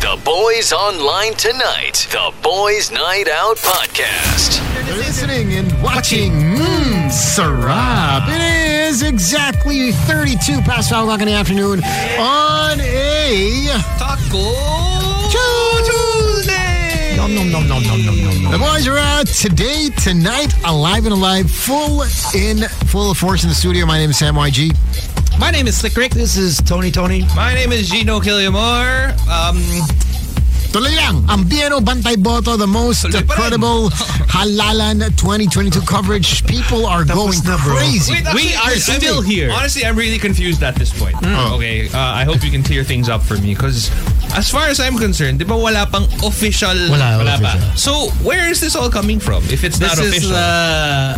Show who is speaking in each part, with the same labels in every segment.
Speaker 1: the boys online tonight. The Boys Night Out Podcast.
Speaker 2: They're listening and watching. Mmm, Sarab. It is exactly 32 past 5 o'clock in the afternoon on a
Speaker 3: Taco Tuesday!
Speaker 2: Nom, nom, nom, nom, nom, nom, nom, nom. The boys are out today, tonight, alive and alive, full in full force in the studio. My name is Sam YG.
Speaker 3: My name is Slick Rick. This is Tony Tony. My name is Gino Killiamore. Um,
Speaker 2: Tuloy lang, ang BNO Bantay Boto, the most
Speaker 3: Tuloy pa rin.
Speaker 2: credible halalan 2022 coverage. People are going crazy.
Speaker 3: we are still here.
Speaker 4: Honestly, I'm really confused at this point. Okay, uh, I hope you can clear things up for me because as far as I'm concerned, di ba wala pang official...
Speaker 2: Wala,
Speaker 4: pa.
Speaker 2: official.
Speaker 4: So, where is this all coming from if it's
Speaker 3: This
Speaker 4: not
Speaker 3: is
Speaker 4: official?
Speaker 3: uh,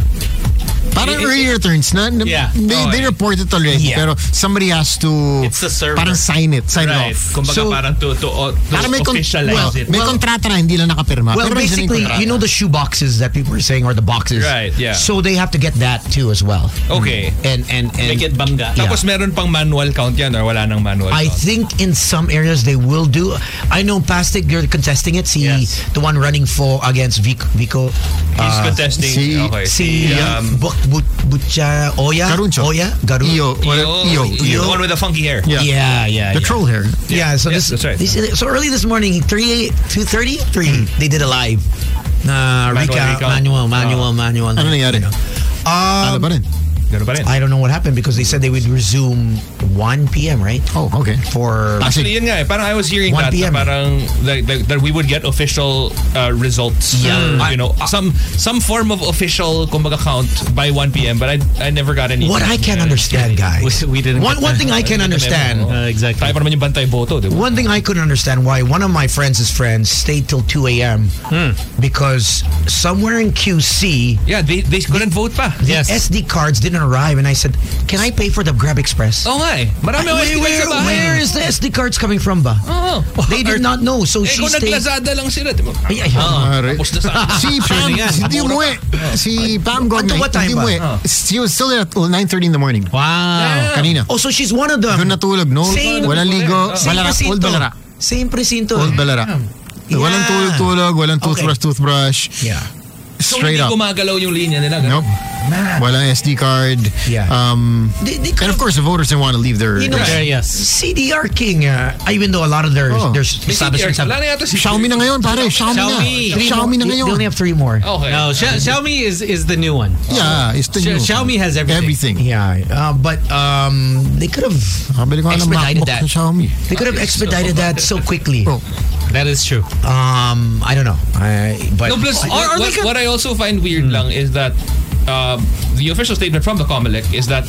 Speaker 2: Parang
Speaker 3: It- it-
Speaker 2: earlier turns na. n-
Speaker 3: Yeah.
Speaker 2: They,
Speaker 4: Oh,
Speaker 2: they
Speaker 4: yeah.
Speaker 2: report it already.
Speaker 3: Yeah.
Speaker 2: Pero somebody has to...
Speaker 3: It's the server.
Speaker 2: Parang sign it. Sign it
Speaker 4: right.
Speaker 2: off.
Speaker 4: Kumbaga
Speaker 3: So-
Speaker 4: parang to, to, to
Speaker 2: Parang may, con-
Speaker 4: officialize
Speaker 2: well,
Speaker 4: it.
Speaker 2: may kontrata na hindi lang nakapirma.
Speaker 5: Well,
Speaker 2: Pero isa na yung
Speaker 5: basically,
Speaker 2: kontrata.
Speaker 5: you know the shoe boxes that people are saying are the boxes,
Speaker 4: Right, yeah.
Speaker 5: So they have to get that too as well.
Speaker 4: Okay.
Speaker 5: And and and
Speaker 3: make it bangga.
Speaker 5: Yeah.
Speaker 4: Tapos meron pang manual count yan or wala nang manual
Speaker 5: I
Speaker 4: count?
Speaker 5: think in some areas they will do. I know Pastic, you're contesting it. See
Speaker 4: Yes.
Speaker 5: the one running for against Vico. Vico
Speaker 4: He's
Speaker 5: uh,
Speaker 4: contesting.
Speaker 2: si-
Speaker 4: okay.
Speaker 5: See,
Speaker 4: um,
Speaker 5: Buk, but, Butcha, Oya,
Speaker 2: Garuncho.
Speaker 5: Oya, Garun.
Speaker 2: Iyo. Iyo.
Speaker 4: Yo, Yo. The one with the funky hair.
Speaker 2: Yeah.
Speaker 5: Yeah, yeah, yeah.
Speaker 2: The troll here.
Speaker 5: Yeah, so
Speaker 4: Yeah,
Speaker 5: this,
Speaker 4: that's right.
Speaker 5: this so early this morning, 3 2:30, 3,
Speaker 2: Mm.
Speaker 5: they did a live. Uh,
Speaker 4: Manual
Speaker 5: recap,
Speaker 4: recount.
Speaker 5: manual, manual,
Speaker 4: Ah.
Speaker 5: manual.
Speaker 2: Ano nangyari? Ano ba rin?
Speaker 4: Ganun pa rin.
Speaker 5: I don't know what happened because they said they would resume 1 p.m. right
Speaker 2: Oh, okay.
Speaker 5: for
Speaker 4: Actually,
Speaker 2: Actually,
Speaker 4: yun nga eh. Parang I was hearing
Speaker 5: 1
Speaker 4: that, na
Speaker 5: PM.
Speaker 4: parang like, like, that we would get official uh, results.
Speaker 5: Yeah.
Speaker 4: or, you
Speaker 5: I-
Speaker 4: know, some some form of official kumbaga count by 1 p.m. But I I never got any.
Speaker 5: what I can't understand, guys.
Speaker 3: We- we didn't
Speaker 5: One,
Speaker 3: get
Speaker 5: one
Speaker 3: that.
Speaker 5: thing I can understand.
Speaker 3: Uh, exactly.
Speaker 4: Tayo pa naman yung bantay boto, di ba?
Speaker 5: One thing I couldn't understand why one of my friends' friends stayed till 2 a.m. because somewhere in QC,
Speaker 4: Yeah, they, they couldn't vote pa.
Speaker 5: the
Speaker 3: Yes.
Speaker 5: SD cards didn't arrive, and I said, "Can I pay for the Grab Express?"
Speaker 4: Oo nga eh. Marami ako sa
Speaker 5: where, where,
Speaker 4: bahay.
Speaker 5: where is the SD cards coming from, ba?
Speaker 4: Oo.
Speaker 5: They did not know,
Speaker 4: Eh,
Speaker 5: so she
Speaker 4: kung
Speaker 5: stayed.
Speaker 4: nag-Lazada lang sila, di ba?
Speaker 5: Ay, ay,
Speaker 4: Oo,
Speaker 2: Pare.
Speaker 4: Tapos na sa
Speaker 2: Si Pam,
Speaker 5: Sure na yan.
Speaker 2: hindi umuwi. Si Pam Gomez,
Speaker 5: Until what time
Speaker 2: hindi
Speaker 5: ba?
Speaker 2: umuwi. She was still there at 9.30 in the morning.
Speaker 5: Wow.
Speaker 2: Kanina.
Speaker 5: Oh, so she's one of them.
Speaker 2: Doon natulog, no?
Speaker 5: Same.
Speaker 2: Walang ligo.
Speaker 5: Same
Speaker 2: Balara.
Speaker 5: presinto.
Speaker 2: Old balara.
Speaker 5: Same presinto.
Speaker 2: Old balara.
Speaker 5: Yeah.
Speaker 2: Walang tulog-tulog, walang
Speaker 5: Okay.
Speaker 2: toothbrush, toothbrush.
Speaker 5: Yeah.
Speaker 4: So,
Speaker 2: Straight up.
Speaker 4: hindi gumagalaw yung linya nila. ganun.
Speaker 2: Nope. Walang SD card.
Speaker 5: Yeah.
Speaker 2: Um,
Speaker 5: They, they
Speaker 2: and
Speaker 5: could've-
Speaker 2: of course, the voters didn't want to leave their...
Speaker 5: You know,
Speaker 3: Right.
Speaker 5: there,
Speaker 3: yes.
Speaker 5: CDR King, uh, even though a lot of their,
Speaker 2: Oh.
Speaker 5: their
Speaker 4: May
Speaker 5: establishments
Speaker 4: CDR. Wala
Speaker 5: have...
Speaker 4: na yata si
Speaker 2: Xiaomi na ngayon, pare. Xiaomi,
Speaker 3: Xiaomi.
Speaker 2: na. Xiaomi na
Speaker 5: They-
Speaker 2: ngayon.
Speaker 5: They only have three more.
Speaker 4: Okay.
Speaker 3: No, Xia- Xiaomi is is the new one.
Speaker 2: Yeah, it's the
Speaker 3: Xia-
Speaker 2: new.
Speaker 3: Xiaomi has everything.
Speaker 2: Everything.
Speaker 5: Yeah, uh, but um, they could have
Speaker 2: Kabili ko nga ng
Speaker 5: expedited
Speaker 2: MacBook
Speaker 5: that.
Speaker 2: sa Xiaomi.
Speaker 5: They could have expedited that so quickly.
Speaker 2: Bro,
Speaker 3: That is true.
Speaker 5: Um, I don't know. I, but
Speaker 4: No, plus,
Speaker 3: or- or
Speaker 4: what,
Speaker 3: like a-
Speaker 4: what I also find weird lang is that uh, the official statement from the COMELEC is that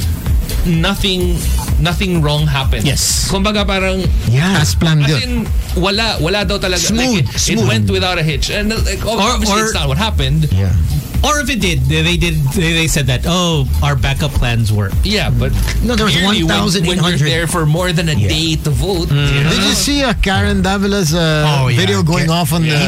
Speaker 4: nothing nothing wrong happened.
Speaker 2: Yes.
Speaker 4: Kumbaga parang
Speaker 5: yeah,
Speaker 2: as planned
Speaker 4: as
Speaker 2: yun.
Speaker 4: in, wala, wala daw talaga.
Speaker 5: Smooth,
Speaker 4: like, it,
Speaker 5: smooth.
Speaker 4: It went without a hitch. And uh, like, ob-
Speaker 3: Or-
Speaker 4: obviously
Speaker 3: or-
Speaker 4: it's not what happened. Yeah,
Speaker 5: yeah.
Speaker 3: Or if it did, they they did. They, they said that. Oh, our backup plans work.
Speaker 4: but
Speaker 5: No, there was
Speaker 4: clearly when- When, you're
Speaker 5: 1,800.
Speaker 4: there for more than a
Speaker 5: Yeah.
Speaker 4: day to vote.
Speaker 2: Did you see uh, Karen Davila's uh,
Speaker 5: Oh, yeah.
Speaker 2: video going
Speaker 5: Yeah.
Speaker 2: off on
Speaker 5: even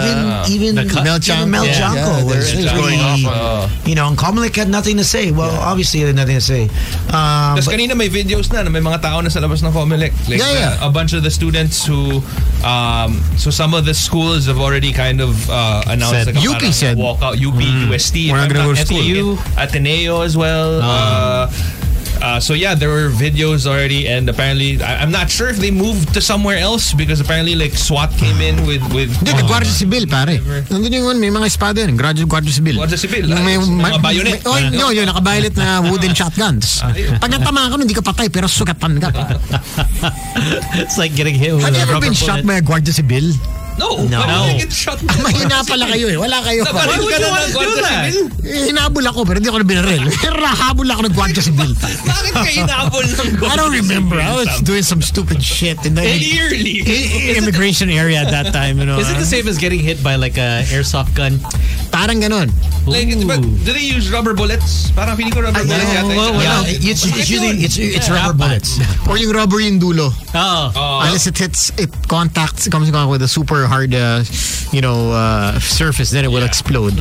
Speaker 5: even
Speaker 3: The cut.
Speaker 2: Mel
Speaker 5: Mel
Speaker 2: Chanco.
Speaker 5: even Mel
Speaker 2: Yeah. Yeah,
Speaker 5: Chanco was,
Speaker 2: there's-
Speaker 5: was
Speaker 4: there's
Speaker 5: really,
Speaker 4: going off,
Speaker 5: you know, and Kamalik had nothing to say. Well, obviously he had nothing to say. Um,
Speaker 4: Tapos
Speaker 5: but-
Speaker 4: kanina may videos na na may mga tao na sa labas ng Comelec. Like,
Speaker 2: Yeah, yeah.
Speaker 4: uh, a bunch of the students who, um, so some of the schools have already kind of uh,
Speaker 3: Said.
Speaker 4: announced like a
Speaker 2: UP
Speaker 4: parang
Speaker 2: said.
Speaker 4: walkout. UP, UST.
Speaker 2: We're not gonna go to school. Ah.
Speaker 4: FAU, Ateneo as well. Uh, uh, so yeah, there were videos already, and apparently, I, I'm not sure if they moved to somewhere else because apparently, like SWAT came in with with.
Speaker 2: Hindi, the Guardia Civil, pare. Nandun yung ano, may mga espada yun. Graduate Guardia Civil.
Speaker 4: Guardia Civil,
Speaker 2: Yung
Speaker 4: ah, yung mga bayonet.
Speaker 2: may- oh, no, yun, nakabayonet na wooden shotguns. Pag natamaan ka, nun, hindi ka patay, pero sugatan ka.
Speaker 3: It's like getting hit with
Speaker 2: Have you
Speaker 3: a
Speaker 2: ever
Speaker 3: rubber
Speaker 2: been shot
Speaker 3: bullet.
Speaker 2: by a Guardia Civil?
Speaker 6: Oh,
Speaker 4: No,
Speaker 3: No.
Speaker 4: why did I get shot?
Speaker 2: Ah, Mahina pala kayo eh. Wala kayo.
Speaker 4: Why would
Speaker 3: Why would
Speaker 4: you
Speaker 3: you
Speaker 4: want to
Speaker 3: wanna
Speaker 4: do
Speaker 3: do
Speaker 4: that?
Speaker 3: that?
Speaker 2: Eh, Hinabol ako, pero hindi ako na binaril. Pero nahabol ako ng Guardia Civil.
Speaker 4: Bakit ka inabol ng
Speaker 2: I don't remember. I was doing some stupid shit in the
Speaker 4: Clearly.
Speaker 2: immigration area at that time. You know,
Speaker 3: Is it the same as getting hit by like a airsoft gun?
Speaker 2: Parang ganun.
Speaker 4: Like,
Speaker 3: Ooh.
Speaker 4: but do they use rubber bullets? Parang feeling ko rubber
Speaker 2: Ay,
Speaker 4: bullets
Speaker 2: yeah,
Speaker 4: yata.
Speaker 3: well,
Speaker 5: yeah,
Speaker 3: well,
Speaker 4: Yeah.
Speaker 5: it's, it's usually it's it's
Speaker 3: Yeah.
Speaker 5: rubber bullets.
Speaker 2: Or yung rubber yung dulo.
Speaker 3: Oh,
Speaker 4: Uh,
Speaker 2: Unless it hits, it contacts, it comes in contact with a super hard, uh, you know, uh, surface, then it will explode.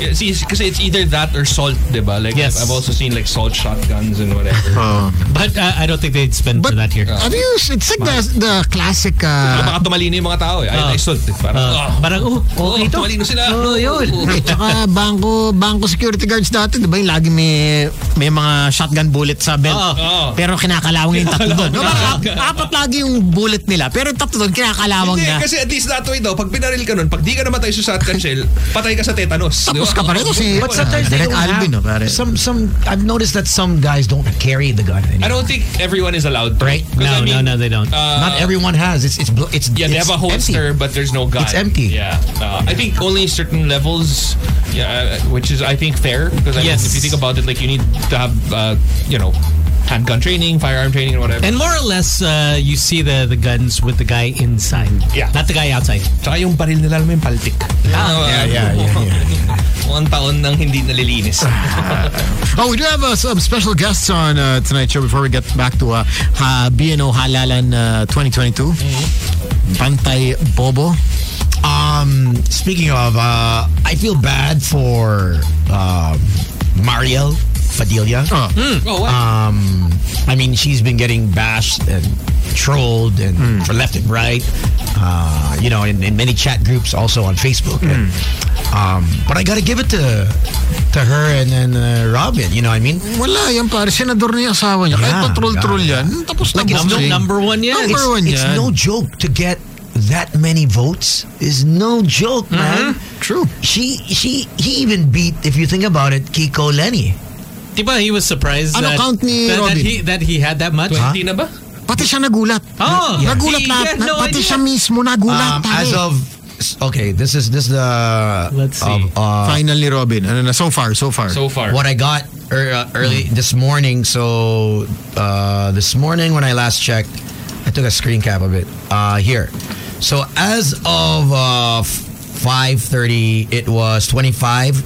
Speaker 4: Yeah, see, because it's either that or salt, diba? Like
Speaker 6: Yes.
Speaker 4: I've, I've also seen like salt shotguns and whatever.
Speaker 6: But uh, I don't think they'd spend for
Speaker 2: But-
Speaker 6: that here.
Speaker 3: uh,
Speaker 2: Have you, it's like the, the classic,
Speaker 4: Pero
Speaker 2: uh,
Speaker 4: baka tumalino yung mga tao eh.
Speaker 6: Ah.
Speaker 4: Ay, ay, salt. eh. Parang,
Speaker 6: Uh,
Speaker 4: ah,
Speaker 6: parang, oh,
Speaker 4: oh,
Speaker 6: okay to.
Speaker 4: tumalino sila.
Speaker 6: Oh, yun.
Speaker 2: eh, tsaka bangko, bangko security guards dati, di ba yung lagi may, may mga shotgun bullet sa belt.
Speaker 6: Oo.
Speaker 4: Oo.
Speaker 2: Pero kinakalawang yung tatlo doon. No, parang ap- apat lagi yung bullet nila. Pero yung tatlo doon, kinakalawang
Speaker 4: Hindi,
Speaker 2: na.
Speaker 4: kasi at least that way daw, pag pinaril ka nun, pag di ka namatay sa shotgun shell, patay ka sa tetanus. di
Speaker 2: Tapos
Speaker 4: ba?
Speaker 2: ka pa rin. Si,
Speaker 5: But sometimes they
Speaker 2: Direk
Speaker 5: don't
Speaker 2: Alvin, no,
Speaker 5: have,
Speaker 2: pare.
Speaker 5: some some. I've noticed that some guys don't carry the gun.
Speaker 4: I
Speaker 5: Anymore.
Speaker 4: don't think everyone is allowed to.
Speaker 5: Right.
Speaker 4: 'Cause
Speaker 6: No,
Speaker 4: I mean,
Speaker 6: no, no, they don't.
Speaker 4: uh,
Speaker 5: Not everyone has. It's it's bl- it's
Speaker 4: Yeah, they
Speaker 5: it's
Speaker 4: have a
Speaker 5: empty.
Speaker 4: holster, but there's no gun.
Speaker 5: It's empty.
Speaker 4: Yeah, uh, I think only certain levels. Yeah, uh, which is I think fair because I mean,
Speaker 6: Yes.
Speaker 4: if you think about it, like you need to have uh, you know handgun training, firearm training, and whatever.
Speaker 6: And more or less, uh, you see the, the guns with the guy inside.
Speaker 4: Yeah.
Speaker 6: Not the guy outside.
Speaker 4: Tsaka yung baril nila alam mo yung paltik. Ah, yeah, yeah, yeah, Ah, One taon nang hindi nalilinis.
Speaker 2: Oh, we do have uh, some special guests on uh, tonight's show before we get back to uh, uh, BNO Halalan uh, 2022.
Speaker 5: Mm-hmm.
Speaker 2: Pantay Bobo.
Speaker 5: Um, speaking of, uh, I feel bad for uh, Mariel Padilla.
Speaker 2: Oh.
Speaker 4: oh, what?
Speaker 5: Um, I mean, she's been getting bashed and trolled and for left and right. Uh, you know, in, in many chat groups, also on Facebook. And, um, but I got to give it to to her and then uh, Robin. You know, what I mean,
Speaker 2: Wala yan pare, senador na yung asawa niya.
Speaker 5: Yeah,
Speaker 2: Kahit patrol-troll
Speaker 5: yeah.
Speaker 2: yan. Tapos na
Speaker 5: Like, it's
Speaker 2: boxing.
Speaker 6: Number, number one yan.
Speaker 2: Number
Speaker 5: it's,
Speaker 2: one
Speaker 5: it's
Speaker 2: yan.
Speaker 5: no joke to get that many votes. Is no joke, man.
Speaker 2: True.
Speaker 5: She she he even beat, if you think about it, Kiko Lenny.
Speaker 6: Di ba he was surprised
Speaker 2: Ano
Speaker 6: that,
Speaker 2: count ni
Speaker 6: that, that
Speaker 2: Robin?
Speaker 6: he, that he had that much?
Speaker 4: Hindi na ba?
Speaker 2: Pati siya nagulat.
Speaker 5: Ah.
Speaker 6: Oh, yeah.
Speaker 2: Nagulat
Speaker 6: He-
Speaker 2: na.
Speaker 6: he had no
Speaker 2: pati
Speaker 6: idea.
Speaker 2: siya mismo nagulat.
Speaker 5: Um,
Speaker 2: pare.
Speaker 5: as of okay, this is this is the
Speaker 6: Let's see.
Speaker 5: of, uh,
Speaker 2: Finally, Robin. Ano na, so far, so far.
Speaker 4: So far.
Speaker 5: what I got er, uh, early this morning. So uh, this morning when I last checked, I took a screen cap of it uh, here. So as of uh, five thirty, it was twenty five.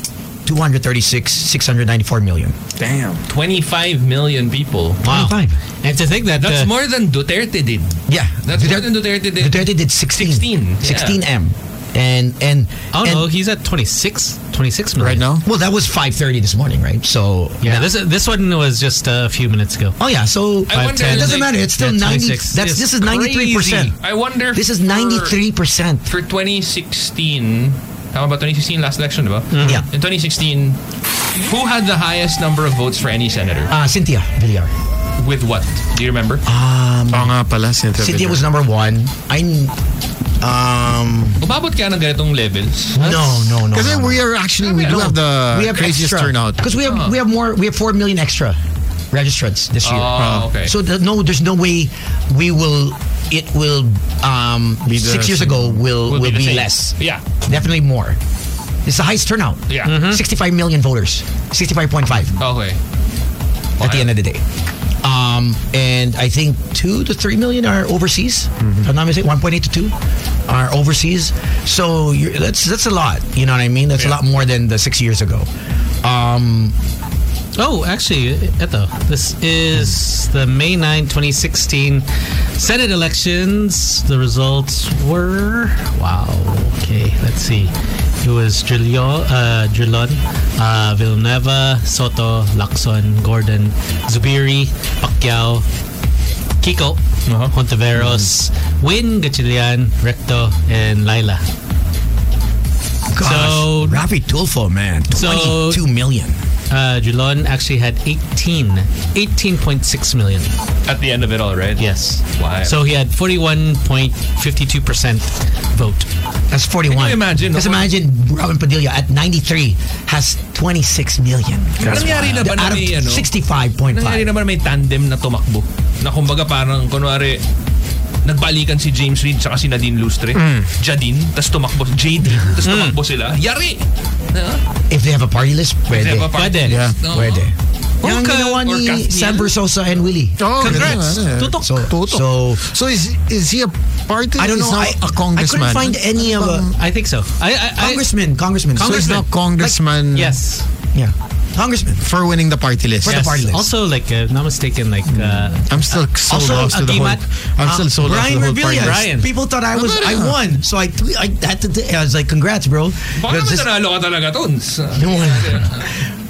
Speaker 5: 236 694 million.
Speaker 4: Damn. 25 million people.
Speaker 6: Wow.
Speaker 5: 25.
Speaker 6: And to think that
Speaker 4: That's
Speaker 6: uh,
Speaker 4: more than Duterte did.
Speaker 5: Yeah.
Speaker 4: That's more
Speaker 5: Duterte,
Speaker 4: than Duterte did.
Speaker 5: Duterte did 16.
Speaker 4: 16, yeah.
Speaker 5: 16 M. And and
Speaker 6: Oh
Speaker 5: and-
Speaker 6: no, he's at 26, 26 million.
Speaker 2: Right now?
Speaker 5: well that was 5:30 this morning, right? So
Speaker 6: Yeah, this this one was just a few minutes ago.
Speaker 5: Oh yeah, so
Speaker 4: I wonder,
Speaker 5: it doesn't
Speaker 4: like-
Speaker 5: matter. It's still
Speaker 6: Yeah,
Speaker 5: 90.
Speaker 6: 26.
Speaker 5: That's this is
Speaker 6: It's
Speaker 5: 93 percent.
Speaker 4: I wonder.
Speaker 5: This is
Speaker 4: for-
Speaker 5: 93 percent.
Speaker 4: for 2016, tama ba 2016 last election, diba?
Speaker 5: Mm-hmm. Yeah.
Speaker 4: In 2016, who had the highest number of votes for any senator?
Speaker 5: Uh, Cynthia Villar.
Speaker 4: With what? Do you remember?
Speaker 5: Ah.
Speaker 2: Oo nga pala, Cynthia.
Speaker 5: Cynthia
Speaker 2: Villar.
Speaker 5: was number one. I kn- um
Speaker 4: Umabot kaya ng ganitong levels?
Speaker 5: no no no.
Speaker 2: Kasi
Speaker 5: no, no.
Speaker 2: we are actually, we do
Speaker 5: No,
Speaker 2: have the
Speaker 5: we have
Speaker 2: craziest
Speaker 5: extra.
Speaker 2: turnout.
Speaker 5: because we have we have more we have four million extra registrants this year.
Speaker 4: Oh, okay.
Speaker 5: So the, no, there's no way we will. It will um
Speaker 2: Be the
Speaker 5: six years
Speaker 2: same.
Speaker 5: ago will will,
Speaker 4: Will the
Speaker 5: be,
Speaker 4: same.
Speaker 5: less.
Speaker 4: Yeah.
Speaker 5: Definitely more. It's the highest turnout.
Speaker 4: Yeah. Mhm.
Speaker 5: 65 million voters. 65.5.
Speaker 4: Okay.
Speaker 5: at the end of the day. Um, and I think two to three million are overseas. If I'm not mistaken, one point eight to two are overseas. So you're, that's that's a lot. You know what I mean? That's a lot more than the six years ago. Um,
Speaker 6: Oh, actually, eto. This is the May 9, 2016 Senate elections. The results were wow. Okay, let's see. It was Drillo, uh, Drilon, uh, Villanueva, Soto, Lacson, Gordon, Zubiri, Pacquiao, Kiko,
Speaker 4: Uh-huh.
Speaker 6: Hontiveros, Win, Gachilian, Recto, and Laila.
Speaker 5: gosh,
Speaker 6: So-
Speaker 5: Rafi Tulfo, man,
Speaker 6: So-
Speaker 5: twenty-two million.
Speaker 6: Uh, Drilon actually had 18, 18.6 million.
Speaker 4: At the end of it all, right?
Speaker 6: Yes.
Speaker 4: Wow.
Speaker 6: So he had 41.52% vote.
Speaker 5: That's forty-one.
Speaker 4: Can you imagine?
Speaker 5: Just imagine Robin Padilla at ninety-three has twenty-six million.
Speaker 4: That's Nangyari na ba na
Speaker 5: Out of
Speaker 4: may, ano?
Speaker 5: sixty-five point
Speaker 4: Nangyari
Speaker 5: five.
Speaker 4: naman may tandem na tumakbo. Na kumbaga parang, kunwari, nagbalikan si James Reid tsaka si Nadine Lustre.
Speaker 5: Mm.
Speaker 4: Jadine, tas tumakbo. JD, tas tumakbo sila. Yari!
Speaker 5: If they have a party list, pwede.
Speaker 4: They have a party
Speaker 6: Pwede.
Speaker 4: list.
Speaker 2: Yeah.
Speaker 4: Oo.
Speaker 5: Pwede.
Speaker 6: Or
Speaker 5: Yung
Speaker 6: Ka-
Speaker 5: ginawa
Speaker 4: or
Speaker 5: ni
Speaker 4: Castiel.
Speaker 5: Sam Versosa and Willie.
Speaker 2: Oh, ganun,
Speaker 6: Congrats.
Speaker 2: ano, eh.
Speaker 6: Tutok.
Speaker 5: So,
Speaker 2: Tutok.
Speaker 5: so
Speaker 2: So is is he a party?
Speaker 5: I don't
Speaker 2: He's
Speaker 5: know.
Speaker 2: not
Speaker 5: I,
Speaker 2: a congressman.
Speaker 5: I couldn't find any of uh, a
Speaker 6: I think so. I, I, I
Speaker 5: congressman. Congressman.
Speaker 2: So he's
Speaker 6: Congressman.
Speaker 2: not congressman.
Speaker 6: Yes.
Speaker 5: yeah. Congressman.
Speaker 2: for winning the party list.
Speaker 5: the party list.
Speaker 6: Also, like, uh, if not mistaken, like, uh,
Speaker 2: I'm still sold
Speaker 5: also,
Speaker 2: off to the whole.
Speaker 5: Agimat,
Speaker 2: I'm
Speaker 5: uh,
Speaker 2: still sold off to
Speaker 5: Brian
Speaker 2: the whole party
Speaker 5: Rebillas.
Speaker 2: list.
Speaker 6: Brian.
Speaker 5: People thought I was I
Speaker 2: Rebillas.
Speaker 5: won, so I tweet. I had to. I was like, "Congrats, bro!"
Speaker 4: Baka naman
Speaker 5: Because this-
Speaker 4: nanalo ka talaga, Tons.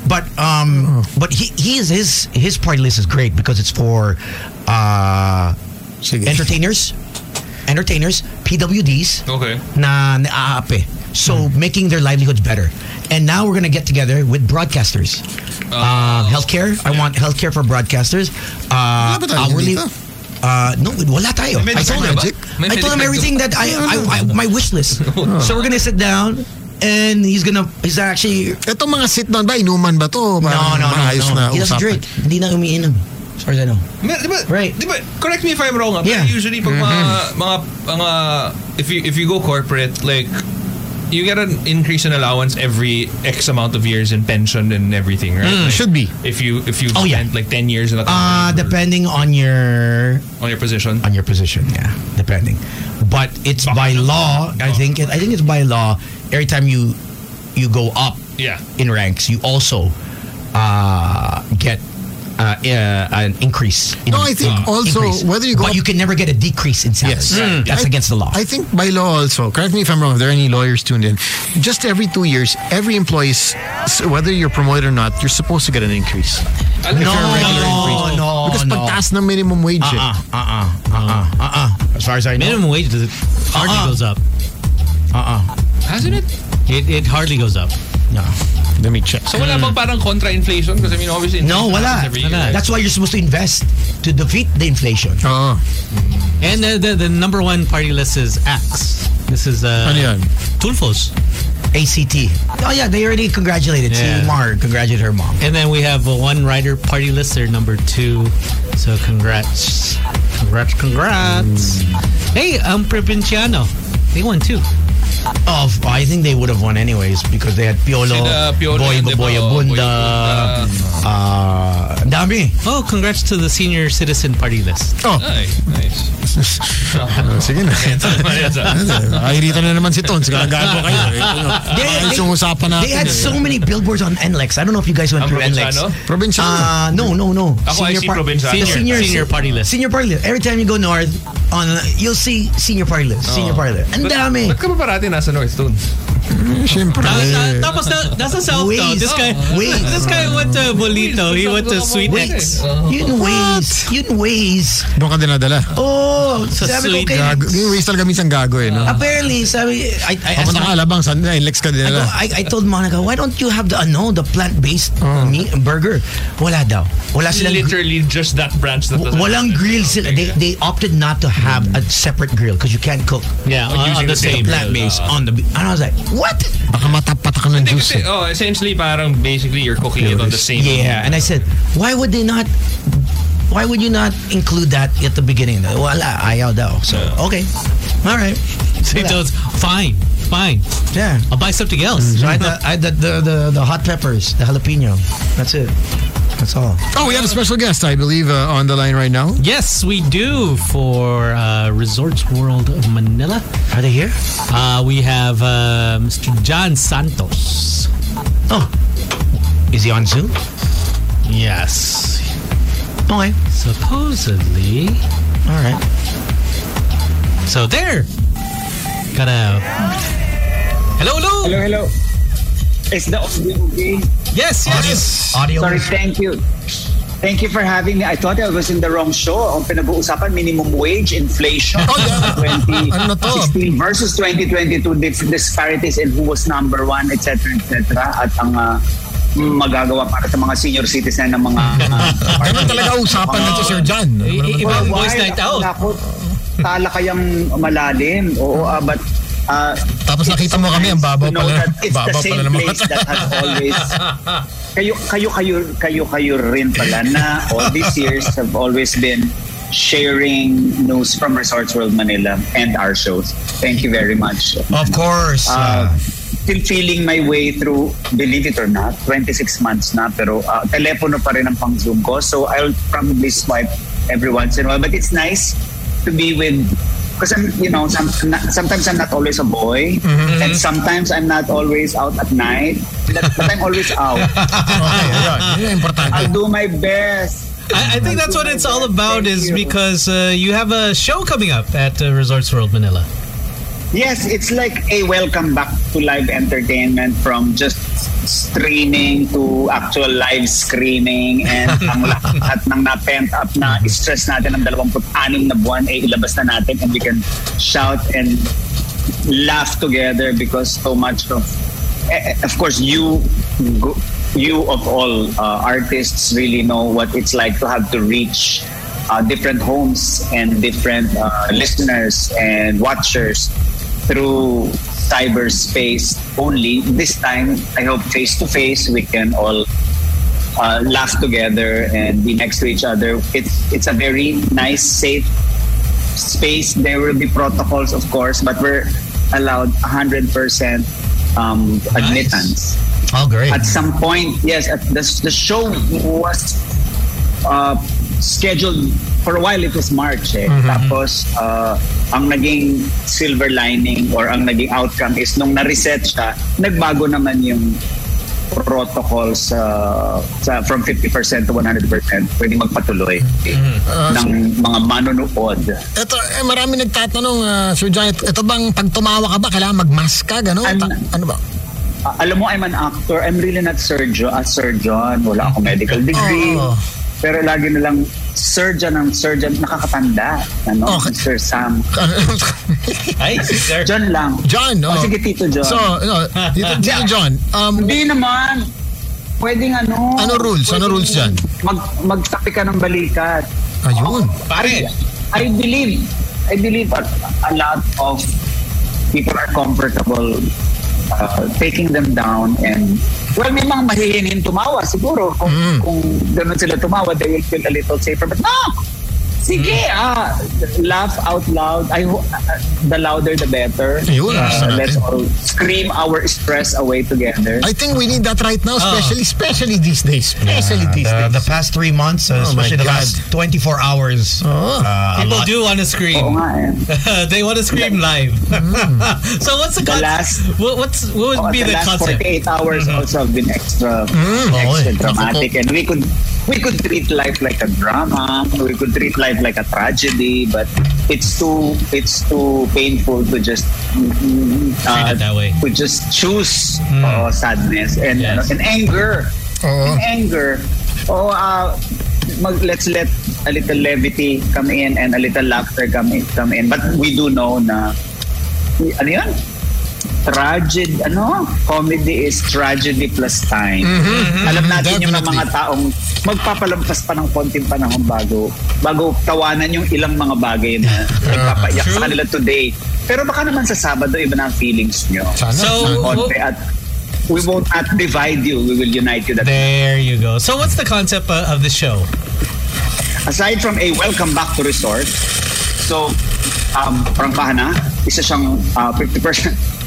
Speaker 5: but um, but he, he is his his party list is great because it's for uh,
Speaker 2: Sige.
Speaker 5: entertainers, entertainers, PWDs,
Speaker 4: Okay.
Speaker 5: na naaape. So
Speaker 2: Hmm.
Speaker 5: making their livelihoods better. And now we're gonna get together with broadcasters.
Speaker 4: Oh.
Speaker 5: Uh, healthcare. I want healthcare for broadcasters. Uh,
Speaker 2: Wala ba tayo
Speaker 5: hourly.
Speaker 2: dito?
Speaker 5: Uh, no, wala tayo.
Speaker 4: May
Speaker 5: I told
Speaker 4: medical
Speaker 5: him.
Speaker 4: ba? May
Speaker 5: I told him
Speaker 4: medical.
Speaker 5: everything that I, I, I my wish list. so we're gonna sit down, and he's gonna he's actually
Speaker 2: Itong mga sit down ba? Inuman ba to?
Speaker 5: no
Speaker 2: Parang
Speaker 5: no no
Speaker 2: maayos
Speaker 5: no.
Speaker 2: na
Speaker 5: he doesn't
Speaker 2: usapan.
Speaker 5: drink. Hindi na umiinom. As far as I know.
Speaker 4: Mer- Di ba,
Speaker 5: Right.
Speaker 4: Di ba, correct me if I'm wrong. ah,
Speaker 5: Yeah. Mm-hmm.
Speaker 4: But usually, pag mga, mga, mga, if you, if you go corporate, like, you get an increase in allowance every X amount of years in pension and everything, right? Like,
Speaker 2: should be.
Speaker 4: If you, if you
Speaker 5: Mm, Oh, yeah.
Speaker 4: spent like 10 years in a
Speaker 5: Uh,
Speaker 4: company or-
Speaker 5: depending on your
Speaker 4: on your position.
Speaker 5: on your position. Yeah, depending. But it's by law. I think. I think it's by law. Every time you you go up
Speaker 4: Yeah.
Speaker 5: in ranks, you also uh, get uh, uh, an increase. In,
Speaker 2: No, I think
Speaker 5: uh,
Speaker 2: also whether you go
Speaker 5: but
Speaker 2: up-
Speaker 5: you can never get a decrease in salary.
Speaker 2: Yes. Mm.
Speaker 5: that's
Speaker 2: I-
Speaker 5: against the law.
Speaker 2: I think by law also, correct me if I'm wrong, if there are any lawyers tuned in, just every two years, every employee, whether you're promoted or not, you're supposed to get an increase.
Speaker 4: Alam mo,
Speaker 5: no, no, Oh, no, Oh, no.
Speaker 2: Because pagtaas ng minimum wage eh.
Speaker 5: Uh-uh, uh-uh, uh-uh, uh-uh. As far as I know.
Speaker 6: minimum wage does it hardly
Speaker 5: Uh-uh.
Speaker 6: goes up.
Speaker 5: Uh-uh.
Speaker 4: Hasn't it?
Speaker 6: It, it hardly goes up.
Speaker 5: No.
Speaker 2: Let me check.
Speaker 4: So wala bang parang contra-inflation? Because I mean, obviously,
Speaker 5: Mm. No,
Speaker 4: inflation
Speaker 5: wala.
Speaker 4: happens Every year.
Speaker 6: Wala.
Speaker 5: That's why you're supposed to invest to defeat the inflation.
Speaker 2: Oo.
Speaker 6: And uh, the, the number one party list is Axe. This is uh,
Speaker 2: Ano yan?
Speaker 6: Tulfos.
Speaker 5: ACT. Oh yeah, they already congratulated.
Speaker 6: Yeah.
Speaker 5: See, Mar congratulated her mom.
Speaker 6: And then we have uh, one rider party list. They're number two. So congrats. Congrats, congrats. Hey, I'm Provinciano. They won too.
Speaker 5: Oh, f- I think they would have won anyways because they had Piolo,
Speaker 4: Sila, Piolo,
Speaker 5: Boy
Speaker 4: di ba?
Speaker 5: Boy Abunda. Uh, dami.
Speaker 6: Oh, congrats to the senior citizen party list.
Speaker 4: Ay, nice.
Speaker 2: Oh, sige na. Ahirita na naman si Tons. Gagago kayo.
Speaker 5: They,
Speaker 2: Ayos yung usapan natin.
Speaker 5: they had
Speaker 2: eh.
Speaker 5: so many billboards on NLEX. I don't know if you guys went
Speaker 4: Ang
Speaker 5: through NLEX.
Speaker 4: Provinciano?
Speaker 2: Provincial.
Speaker 7: Ah.
Speaker 5: Uh, no, no, no.
Speaker 4: Ako, I see
Speaker 5: par-
Speaker 4: Provinciano.
Speaker 5: the
Speaker 6: Senior, senior party list.
Speaker 5: Senior party list. Every time you go north, on you'll see senior party list. Senior party list. And
Speaker 4: Ba't-
Speaker 5: dami.
Speaker 4: Ba't ka ba parati nasa Northstone?
Speaker 2: Siyempre. eh,
Speaker 6: Uh, uh, tapos na, nasa south though.
Speaker 5: Ways.
Speaker 6: This guy,
Speaker 5: Ways.
Speaker 6: this guy went to Bolito. He went to Sweet
Speaker 4: Ways.
Speaker 6: X.
Speaker 5: Yun ways. Yun ways.
Speaker 2: Doon ka dinadala.
Speaker 5: Oh,
Speaker 6: Sa
Speaker 5: sabi
Speaker 6: sweet
Speaker 5: ko kay
Speaker 2: Gago. Yung ways talaga minsan gago eh. No?
Speaker 7: Ah.
Speaker 5: Apparently, sabi, I, I
Speaker 2: Ako
Speaker 5: asked her-
Speaker 2: nakalabang. Saan na? Lex ka
Speaker 5: I, go,
Speaker 2: dinala.
Speaker 5: I, I told Monica, why don't you have the ano, the plant-based meat burger? Wala daw. Wala silang
Speaker 4: Literally just that branch that doesn't
Speaker 5: walang grill sila. They, they opted not to have a separate grill because you can't cook
Speaker 6: Yeah, on, on
Speaker 4: using the
Speaker 6: the
Speaker 4: same uh,
Speaker 6: same.
Speaker 5: plant-based on the and I was like, what?
Speaker 2: Baka matapatak ka ng
Speaker 4: Hindi,
Speaker 2: juice
Speaker 4: kasi,
Speaker 2: eh.
Speaker 4: oh, essentially parang basically you're cooking it on the same.
Speaker 5: Yeah, and I said, why would they not? Why would you not include that at the beginning? Wala, ah, ayaw daw. So okay, all right.
Speaker 6: He goes, fine, fine.
Speaker 5: Yeah.
Speaker 6: I'll buy something else.
Speaker 5: So I had, the, I had the, the, the, the hot peppers, the jalapeno. That's it. That's all.
Speaker 2: Oh, we have a special guest, I believe, uh, on the line right now.
Speaker 6: Yes, we do for uh, Resorts World of Manila.
Speaker 5: Are they here?
Speaker 6: Uh, we have uh, Mr. John Santos.
Speaker 5: Oh, is he on Zoom?
Speaker 6: Yes.
Speaker 5: Okay.
Speaker 6: Supposedly.
Speaker 5: All right.
Speaker 6: So there. Got a. Hello, hello.
Speaker 7: Hello, hello. It's the audio, okay?
Speaker 6: Yes, yes.
Speaker 5: Audio.
Speaker 7: Sorry, thank you. Thank you for having me. I thought I was in the wrong show. Ang pinag-uusapan, minimum wage, inflation,
Speaker 6: Oh,
Speaker 7: 2016
Speaker 2: Ano to?
Speaker 7: versus 2022, dif- disparities in who was number one, etc., etc. At ang ah, magagawa para sa mga senior citizen ng mga... ah,
Speaker 2: Ganun talaga usapan na to, Sir John.
Speaker 6: I-
Speaker 7: For a
Speaker 6: Ibang
Speaker 7: while,
Speaker 6: boys night
Speaker 7: ako
Speaker 6: out.
Speaker 7: Takot, talakayang malalim. Oo, ah, but... ah,
Speaker 2: Tapos nakita mo kami, ang babaw
Speaker 7: to know
Speaker 2: pala.
Speaker 7: that It's
Speaker 2: Babaw
Speaker 7: the same
Speaker 2: pala ng mga
Speaker 7: place that has always... Kayo, kayo, kayo, kayo, kayo rin pala na all these years have always been sharing news from Resorts World Manila and our shows. Thank you very much.
Speaker 5: Of course.
Speaker 7: Uh, still feeling my way through, believe it or not, 26 months na, pero uh, telepono pa rin ang pang-Zoom ko. So I'll probably swipe every once in a while. But it's nice to be with because I'm, you know, some, na- sometimes I'm not always a boy, and sometimes I'm not always out at night, but, but I'm always out.
Speaker 2: Okay, ayun. Yun ang importante.
Speaker 7: I'll do my best.
Speaker 6: I, I think that's what it's all about is
Speaker 7: Thank you.
Speaker 6: because uh, you have a show coming up at uh, Resorts World Manila.
Speaker 7: Yes, it's like a welcome back to live entertainment from just streaming to actual live screening and ang lahat ng na-pent up na stress natin ng 26 na buwan ay ilabas na natin and we can shout and laugh together because so much of eh, eh, of course you go, you of all uh, artists really know what it's like to have to reach uh, different homes and different uh, listeners and watchers through cyberspace only this time i hope face to face we can all uh, laugh together and be next to each other it's it's a very nice safe space. There will be protocols, of course, but we're allowed 100% um, admittance.
Speaker 5: Oh, great.
Speaker 7: At some point, yes, at the, the show was uh, scheduled for a while. It was March. Eh. Tapos, uh, ang naging silver lining or ang naging outcome is nung na-reset siya, nagbago naman yung protocols uh, sa from 50% to 100% pwede magpatuloy eh, ng mga manonood
Speaker 2: Ito, eh, marami nagtatanong, ah, Sir John, ito, ito bang pag tumawa ka ba, kailangan mag-mask ka, gano'n?
Speaker 7: An-
Speaker 2: Ta- ano ba?
Speaker 7: Uh, alam mo, I'm an actor. I'm really not surgeon. A surgeon. Wala akong medical degree.
Speaker 2: Oo.
Speaker 7: Pero lagi nilang surgeon ang surgeon. Nakakatanda. Ano?
Speaker 2: Okay.
Speaker 7: Sir Sam.
Speaker 2: Ano
Speaker 4: Ay, sister.
Speaker 7: John lang.
Speaker 2: John,
Speaker 7: O,
Speaker 2: oh.
Speaker 7: sige, Tito John.
Speaker 2: So, no, dito, dito, John, um,
Speaker 7: Hindi naman. Pwedeng ano.
Speaker 2: Ano rules? Ano
Speaker 7: pwedeng
Speaker 2: rules dyan?
Speaker 7: Mag, magtapi ka ng balikat.
Speaker 2: ayun.
Speaker 4: Pare.
Speaker 7: I believe, I believe a, a lot of people are comfortable uh, taking them down and well, may mga mahihinin tumawa siguro kung,
Speaker 2: Mm.
Speaker 7: kung ganun sila tumawa they will feel a little safer but no! Sige,
Speaker 2: Mm.
Speaker 7: ah, laugh out loud. I ho- ah, the louder the better.
Speaker 2: Ayun, gusto
Speaker 7: Uh, let's
Speaker 2: natin.
Speaker 7: all scream our stress away together.
Speaker 2: I think we need that right now,
Speaker 7: Ah.
Speaker 2: especially, especially these days. Especially these
Speaker 5: the, Uh, the
Speaker 2: days.
Speaker 5: past three months, uh,
Speaker 2: Oh, my
Speaker 5: especially the
Speaker 2: God.
Speaker 5: last 24 hours,
Speaker 2: Oh.
Speaker 7: Ah.
Speaker 5: uh, a
Speaker 6: People
Speaker 5: lot.
Speaker 6: do want to scream.
Speaker 7: Oo nga eh.
Speaker 6: they want to scream live.
Speaker 5: Mm.
Speaker 6: so what's the,
Speaker 7: The
Speaker 6: con-
Speaker 7: last-
Speaker 6: what, what's what would
Speaker 7: Oh,
Speaker 6: be
Speaker 7: the,
Speaker 6: the,
Speaker 7: last
Speaker 6: concept?
Speaker 7: 48 hours also have been extra,
Speaker 2: oo
Speaker 7: extra
Speaker 2: eh.
Speaker 7: dramatic, and we could we could treat life like a drama. We could treat life like a tragedy, but it's too it's too painful to just mm,
Speaker 6: Treat it that way.
Speaker 7: To just choose oh, sadness and
Speaker 6: Yes.
Speaker 7: ano, and anger,
Speaker 2: Hmm. Oo.
Speaker 7: and anger. Oh, uh, mag, let's let a little levity come in and a little laughter come in, come in. But we do know na ano yun? Tragedy, ano? Comedy is tragedy plus time. Alam natin yung
Speaker 2: Mm-hmm, definitely.
Speaker 7: mga taong magpapalampas pa ng konting panahon bago bago tawanan yung ilang mga bagay na
Speaker 2: Ah,
Speaker 7: nagpapaiyak sa kanila today. Pero baka naman sa Sabado, iba na ang feelings nyo.
Speaker 2: Sana.
Speaker 6: So-
Speaker 7: Konti at we won't not divide you. We will unite you. That
Speaker 6: There you go. So what's the concept uh, of the show?
Speaker 7: aside from a welcome back to resort, so um, Prangpahana, isa siyang uh, 50%,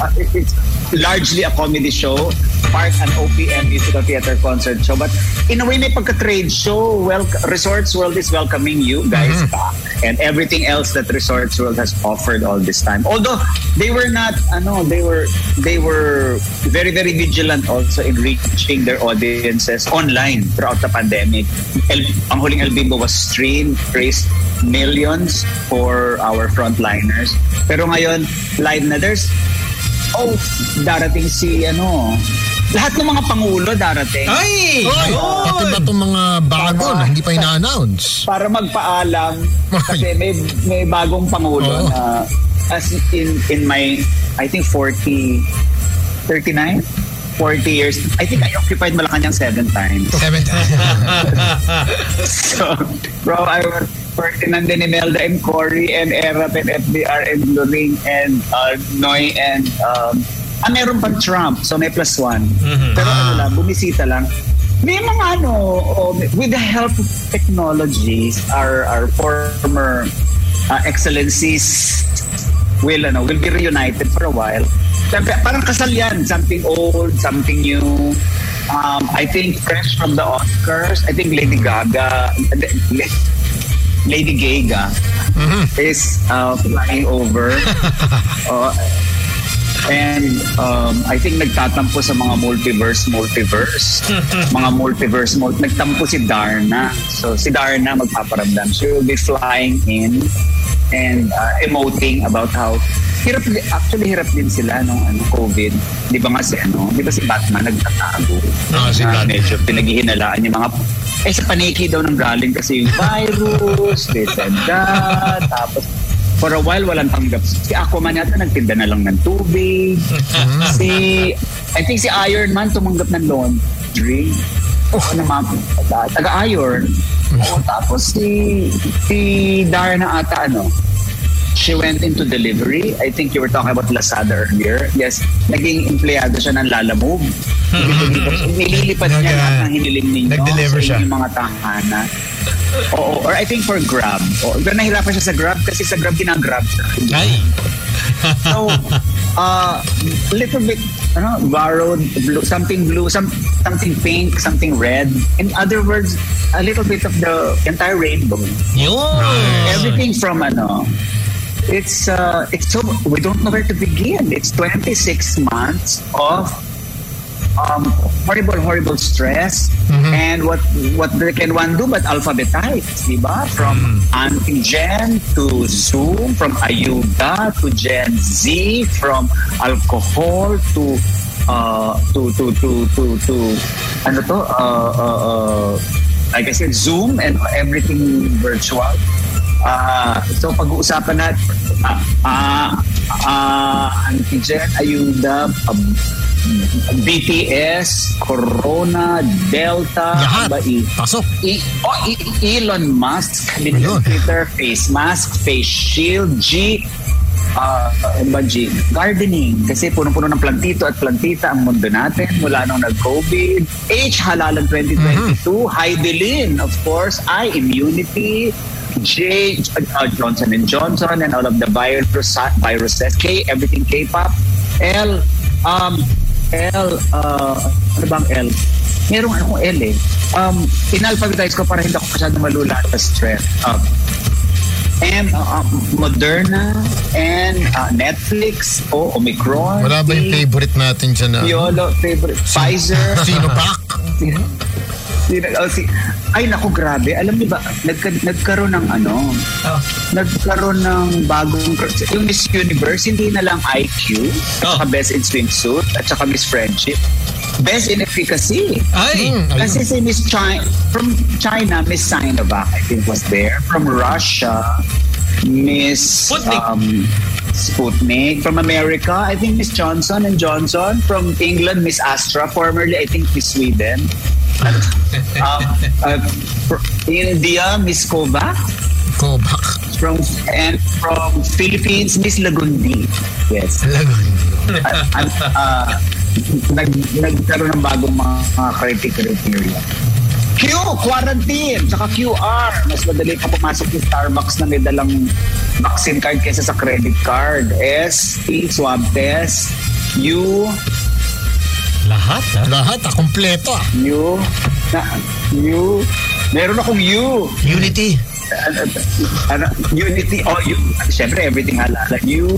Speaker 7: uh, it- it's largely a comedy show, part an OPM musical theater concert show. But in a way, may pagka-trade show. Well, Resorts World is welcoming you guys back and everything else that Resorts World has offered all this time. Although they were not, ano, they were they were very very vigilant also in reaching their audiences online throughout the pandemic. El, ang huling El Bimbo was streamed, raised millions for our frontliners. Pero ngayon, live na there's oh, darating si ano, lahat ng mga pangulo darating.
Speaker 6: Ay!
Speaker 2: Oy, Oh. pati ba itong mga bago na hindi pa ina-announce?
Speaker 7: para magpaalam kasi may may bagong pangulo
Speaker 2: Oo.
Speaker 7: na as in in my I think 40 39 40 years I think I occupied Malacanang seven times
Speaker 5: Seven
Speaker 7: so bro I was working nandun ni Melda and Cory and Erap and FDR and Loring and uh, Noy and um, ah meron pang Trump so may plus one pero ano lang bumisita lang may mga ano oh, with the help of technologies our, our former uh, excellencies will ano will be reunited for a while. Siyempre, parang kasal yan. Something old, something new. Um, I think fresh from the Oscars. I think Lady Gaga. Lady Gaga is uh, flying over. uh, and um, I think nagtatampo sa mga multiverse, multiverse. mga multiverse, mul- nagtampo si Darna. So si Darna magpaparamdam. She will be flying in and uh, emoting about how hirap di- actually hirap din sila nung ano COVID di ba nga si ano di ba si Batman nagtatago
Speaker 2: Ah, si
Speaker 7: Na
Speaker 2: Batman.
Speaker 7: medyo pinaghihinalaan yung mga eh sa paniki daw nang galing kasi yung virus this and that tapos for a while walang tanggap si Aquaman yata nagtinda na lang ng tubig si I think si Iron Man tumanggap ng laundry oh ano ma'am taga-iron oh, tapos si si Darna ata ano she went into delivery. I think you were talking about Lazada earlier. Yes, naging empleyado siya ng Lala Move. Nililipat niya
Speaker 5: Nag-
Speaker 7: lahat ng hiniling ninyo.
Speaker 5: nag-deliver
Speaker 7: sa
Speaker 5: siya.
Speaker 7: inyong mga tahanan. Oo, or I think for Grab. O, pero nahirapan siya sa Grab kasi sa Grab kinagrab siya.
Speaker 6: Ay.
Speaker 7: So, uh, little bit, ano, borrowed, blue, something blue, some, something pink, something red. In other words, a little bit of the entire rainbow.
Speaker 6: Yun.
Speaker 7: Everything from ano, it's uh, it's so we don't know where to begin. It's 26 months of um, horrible, horrible stress. And what what they can one do but alphabetize, di ba? From antigen to Zoom, from Ayuda to Gen Z, from alcohol to uh, to, to, to, to, to, ano to, uh, uh, uh, like I said, Zoom and everything virtual. Ah, so pag-uusapan natin ah, ah, ah, antigen, ayuda, um, BTS, Corona, Delta,
Speaker 2: Lahat.
Speaker 7: ano ba i-
Speaker 2: Pasok.
Speaker 7: I- oh, I- I- Elon Musk,
Speaker 2: Ayun.
Speaker 7: Twitter, face mask, face shield, G, uh, ano ba G? Gardening. Kasi punong-puno ng plantito at plantita ang mundo natin mula nung nag-COVID. H, halalan 2022. Heidelin, of course. I, immunity. J, uh, Johnson and Johnson and all of the virus, viruses. K, everything K-pop. L, um, L, uh, ano bang L? Merong akong L eh. Um, inalphabetize ko para hindi ako masyadong malula sa stress. Um, and uh, um, Moderna and uh, Netflix o Omicron.
Speaker 2: Wala ba yung
Speaker 7: T,
Speaker 2: favorite natin dyan na?
Speaker 7: Yolo, favorite. Pfizer.
Speaker 2: Sinovac?
Speaker 7: Sino- oh, si- Ay, naku, grabe. Alam niyo ba, nagka, nagkaroon ng ano, nagkaroon ng bagong, yung Miss Universe, hindi na lang IQ, at saka Best in Swimsuit, at saka Miss Friendship. Best in Efficacy.
Speaker 6: Ay.
Speaker 7: Kasi si Miss China, from China, Miss Sinovac, I think was there. From Russia, Miss
Speaker 6: Sputnik.
Speaker 7: Um, Sputnik. From America, I think Miss Johnson and Johnson. From England, Miss Astra, formerly I think Miss Sweden. um, uh, fr- India, Miss Kovac
Speaker 2: Kovac.
Speaker 7: from and from Philippines, Miss Lagundi. Yes. Lagundi. At, uh, nag, nagkaroon ng bagong mga, mga critic criteria. Q, quarantine, saka QR. Mas madali pa pumasok sa Starbucks na may dalang vaccine card kaysa sa credit card. S, T, swab test. U,
Speaker 6: Lahat ha?
Speaker 2: Lahat ah, kompleto ah.
Speaker 7: U, na, U. Meron akong U.
Speaker 5: Unity.
Speaker 7: ano, ano, unity, oh, you, syempre everything halala. U,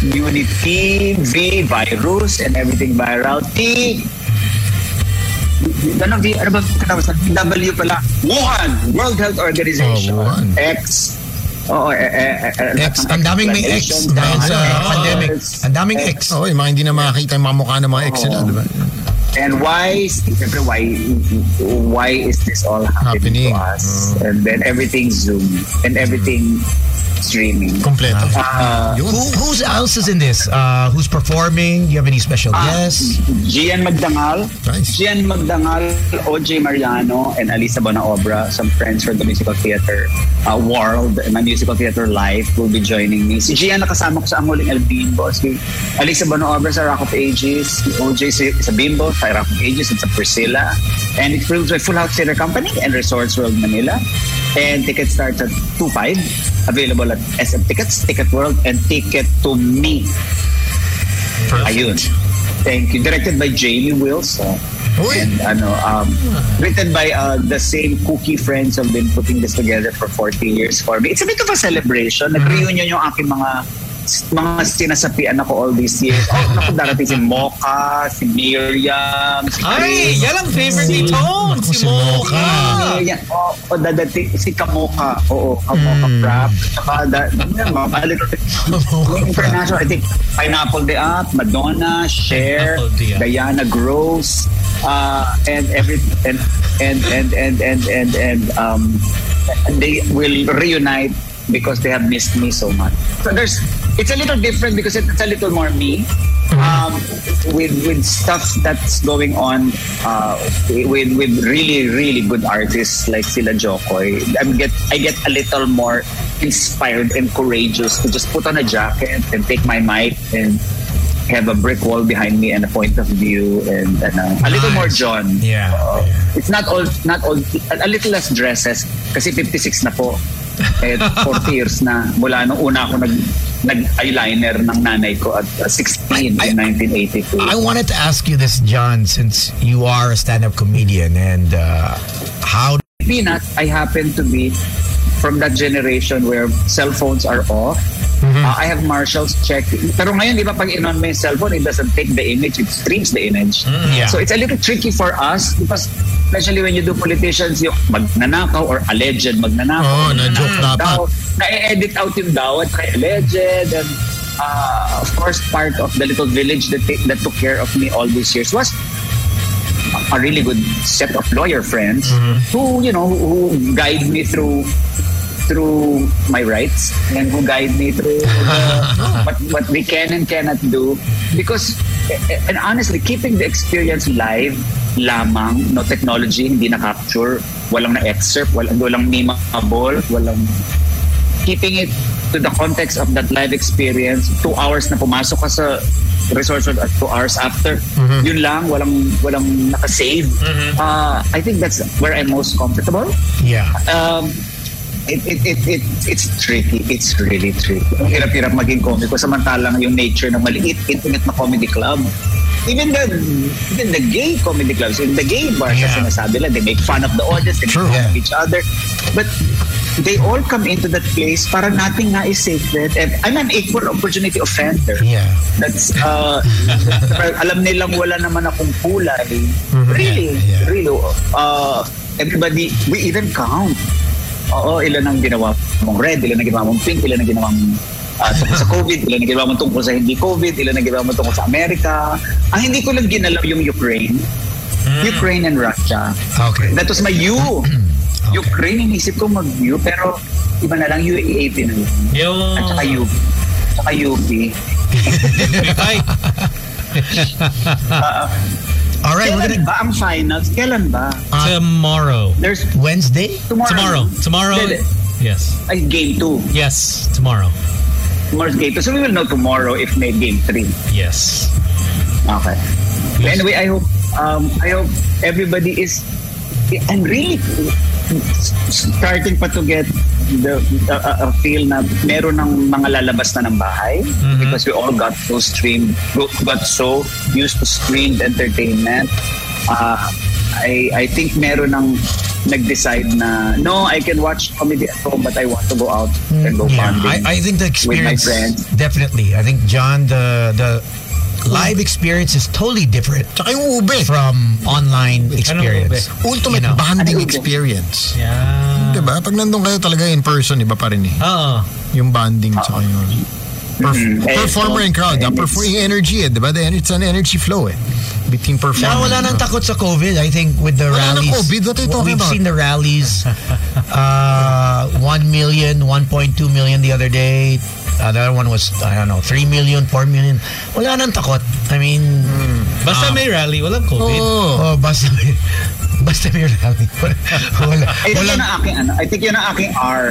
Speaker 7: unity, V, virus, and everything viral. T, ano, v, ano ba katapos? W pala. Wuhan, World Health Organization.
Speaker 2: Oh, Wuhan.
Speaker 7: X, Oo, eh, eh, eh,
Speaker 5: X. Ang daming may X dahil sa pandemic. Ang daming X.
Speaker 2: Oo, Oh, yung mga hindi na makakita yung mga mukha ng mga ex nila,
Speaker 7: Oo.
Speaker 2: di ba?
Speaker 7: And why, syempre, why, why is this all happening,
Speaker 2: Happening.
Speaker 7: to us? And then everything Zoom and everything streaming.
Speaker 2: Kompleto.
Speaker 7: Ah,
Speaker 5: Who, who's else is in this? Uh, who's performing? Do you have any special guests?
Speaker 7: Gian Magdangal,
Speaker 2: Nice.
Speaker 7: Gian Magdangal, OJ Mariano, and Alisa Bonaobra, some friends from the musical theater uh, world, and my musical theater life will be joining me. Si Gian nakasama ko sa Ang Huling El Bimbo. Si Alisa Bonaobra sa Rock of Ages, si OJ si, sa Bimbo, sa Rock of Ages, and sa Priscilla. And it fills by Full House Theater Company and Resorts World Manila. And tickets starts at 2.5. Available at SM Tickets, Ticket World, and Ticket to Me. Ayun. Thank you. Directed by Jamie Wilson. oh. and ano, um, written by uh, the same cookie friends who've been putting this together for 40 years for me. It's a bit of a celebration. Nag-reunion yung aking mga mga sinasapian ako all these years. Oh, naku, darating si Mocha, si Miriam, si
Speaker 3: Ay,
Speaker 7: Chris,
Speaker 3: yan ang favorite ni Tone, si
Speaker 2: si Mocha.
Speaker 3: Mocha.
Speaker 7: Ayan, oo, oh, o dadating si Kamoka. Oo, Kamoka
Speaker 3: Hmm.
Speaker 7: Prop. Saka, da, yan, mga balik. International, I think, Pineapple Day Up, Madonna, Cher,
Speaker 3: Pineapple Day Up.
Speaker 7: Diana Gross, uh, and every, and, and, and, and, and, and, and, um, they will reunite because they have missed me so much. So there's, it's a little different because it's a little more me. Um, with with stuff that's going on uh, with with really really good artists like Sila Jokoy, I get I get a little more inspired and courageous to just put on a jacket and take my mic and have a brick wall behind me and a point of view and, and uh, a little more John.
Speaker 5: Yeah.
Speaker 7: Uh, it's not all not all a, a little less dresses kasi 56 na po. Eh, 40 years na mula nung una ako nag nag-eyeliner ng nanay ko at uh, 16
Speaker 5: I-
Speaker 7: in 1982.
Speaker 5: I wanted to ask you this, John, since you are a stand-up comedian, and uh, how
Speaker 7: Peanut, I happen to be from that generation where cell phones are off.
Speaker 5: Mm-hmm.
Speaker 7: Uh, I have Marshall's check. Pero ngayon, di ba, pag inon mo yung cellphone, it doesn't take the image, it streams the image.
Speaker 5: Mm-hmm. yeah.
Speaker 7: So it's a little tricky for us because especially when you do politicians, yung magnanakaw or alleged magnanakaw.
Speaker 6: Oh,
Speaker 5: Oo, na-joke
Speaker 7: Magnanakaw
Speaker 5: dapat.
Speaker 7: daw. Na-edit out yung daw at kay alleged and uh, of course part of the little village that, ta- that took care of me all these years was a really good set of lawyer friends who you know who guide me through through my rights and who guide me through the, what, what we can and cannot do because and honestly keeping the experience live lamang no technology hindi na capture walang na excerpt walang walang memeable walang keeping it to the context of that live experience, two hours na pumasok ka sa resort at two hours after, yun lang, walang, walang nakasave. Uh, I think that's where I'm most comfortable.
Speaker 5: yeah.
Speaker 7: Um, it, it, it, it, it's tricky. It's really tricky. Ang hirap-hirap maging komiko samantalang yung nature ng maliit, intimate na comedy club. Even the even the gay comedy clubs, in the gay bars,
Speaker 5: Yeah.
Speaker 7: kasi sinasabi lang, they make fun of the audience, they
Speaker 5: True.
Speaker 7: make fun
Speaker 5: Yeah.
Speaker 7: of each other. But they all come into that place para nothing nga is sacred. And I'm an equal opportunity offender.
Speaker 5: Yeah.
Speaker 7: That's, uh, alam nilang wala naman akong kulay.
Speaker 5: Mm-hmm. Yeah,
Speaker 7: Really,
Speaker 5: yeah.
Speaker 7: really. Uh, everybody, we even count. Oo, ilan ang ginawa mong red, ilan ang ginawa mong pink, ilan ang ginawa mong uh, tungkol sa COVID, ilan ang ginawa mong tungkol sa hindi COVID, ilan ang ginawa mong tungkol sa Amerika. Ang hindi ko lang ginalaw yung Ukraine. Ukraine and Russia.
Speaker 5: Mm. Okay.
Speaker 7: That was my U. Ukraine, inisip ko mag-U, pero iba na lang UAAP na yun.
Speaker 3: Yung...
Speaker 7: At saka UP. Saka UP.
Speaker 3: Ay,
Speaker 5: All right. We're
Speaker 7: Kailan
Speaker 5: gonna
Speaker 7: ba ang finals? Kailan ba?
Speaker 3: tomorrow.
Speaker 7: There's
Speaker 5: Wednesday.
Speaker 7: tomorrow.
Speaker 3: Tomorrow. Tomorrow.
Speaker 7: Hindi, hindi.
Speaker 3: Yes.
Speaker 7: Ay, game 2.
Speaker 3: Yes, tomorrow.
Speaker 7: Tomorrow's game 2. So we will know tomorrow if may game 3.
Speaker 3: Yes.
Speaker 7: Okay. Anyway, I hope um, I hope everybody is I'm really starting pa to get the a- a- a feel na meron ng mga lalabas na ng bahay
Speaker 5: Mm-hmm.
Speaker 7: because we all got so streamed got so used to streamed entertainment uh, I I think meron ng nag-decide na no I can watch comedy at home but I want to go out and go
Speaker 5: Mm-hmm. Yeah,
Speaker 7: bonding
Speaker 5: I, I think the experience
Speaker 7: friends.
Speaker 5: definitely. I think John, the the live experience is totally different
Speaker 2: Tsaka yung ube.
Speaker 5: from online experience.
Speaker 2: Ultimate
Speaker 5: You know.
Speaker 2: bonding
Speaker 7: Ano ube?
Speaker 2: experience.
Speaker 3: Yeah.
Speaker 2: Diba? Pag nandun kayo talaga in person, iba pa rin eh.
Speaker 3: Oo.
Speaker 2: Yung bonding tsaka yung... Perf-
Speaker 7: Mm.
Speaker 2: Performer and crowd. Ah, perf- yung energy eh. Diba? The en- It's an energy flow eh. Between
Speaker 5: Tsaka
Speaker 2: performer.
Speaker 5: wala nang takot sa COVID. I think with the
Speaker 2: Wala nang
Speaker 5: rallies.
Speaker 2: COVID. What are you talking
Speaker 5: we've
Speaker 2: about?
Speaker 5: seen the rallies. uh, 1 million, 1.2 million the other day. Another one was, I don't know, 3 million, 4 million. Wala nang takot. I mean,
Speaker 2: Hmm.
Speaker 3: Basta may rally, walang COVID.
Speaker 2: Oo.
Speaker 5: oh, basta may, basta may rally. Wala, wala,
Speaker 2: Eh,
Speaker 7: I think yun
Speaker 5: walang-
Speaker 7: ang aking ano I think yun ang aking R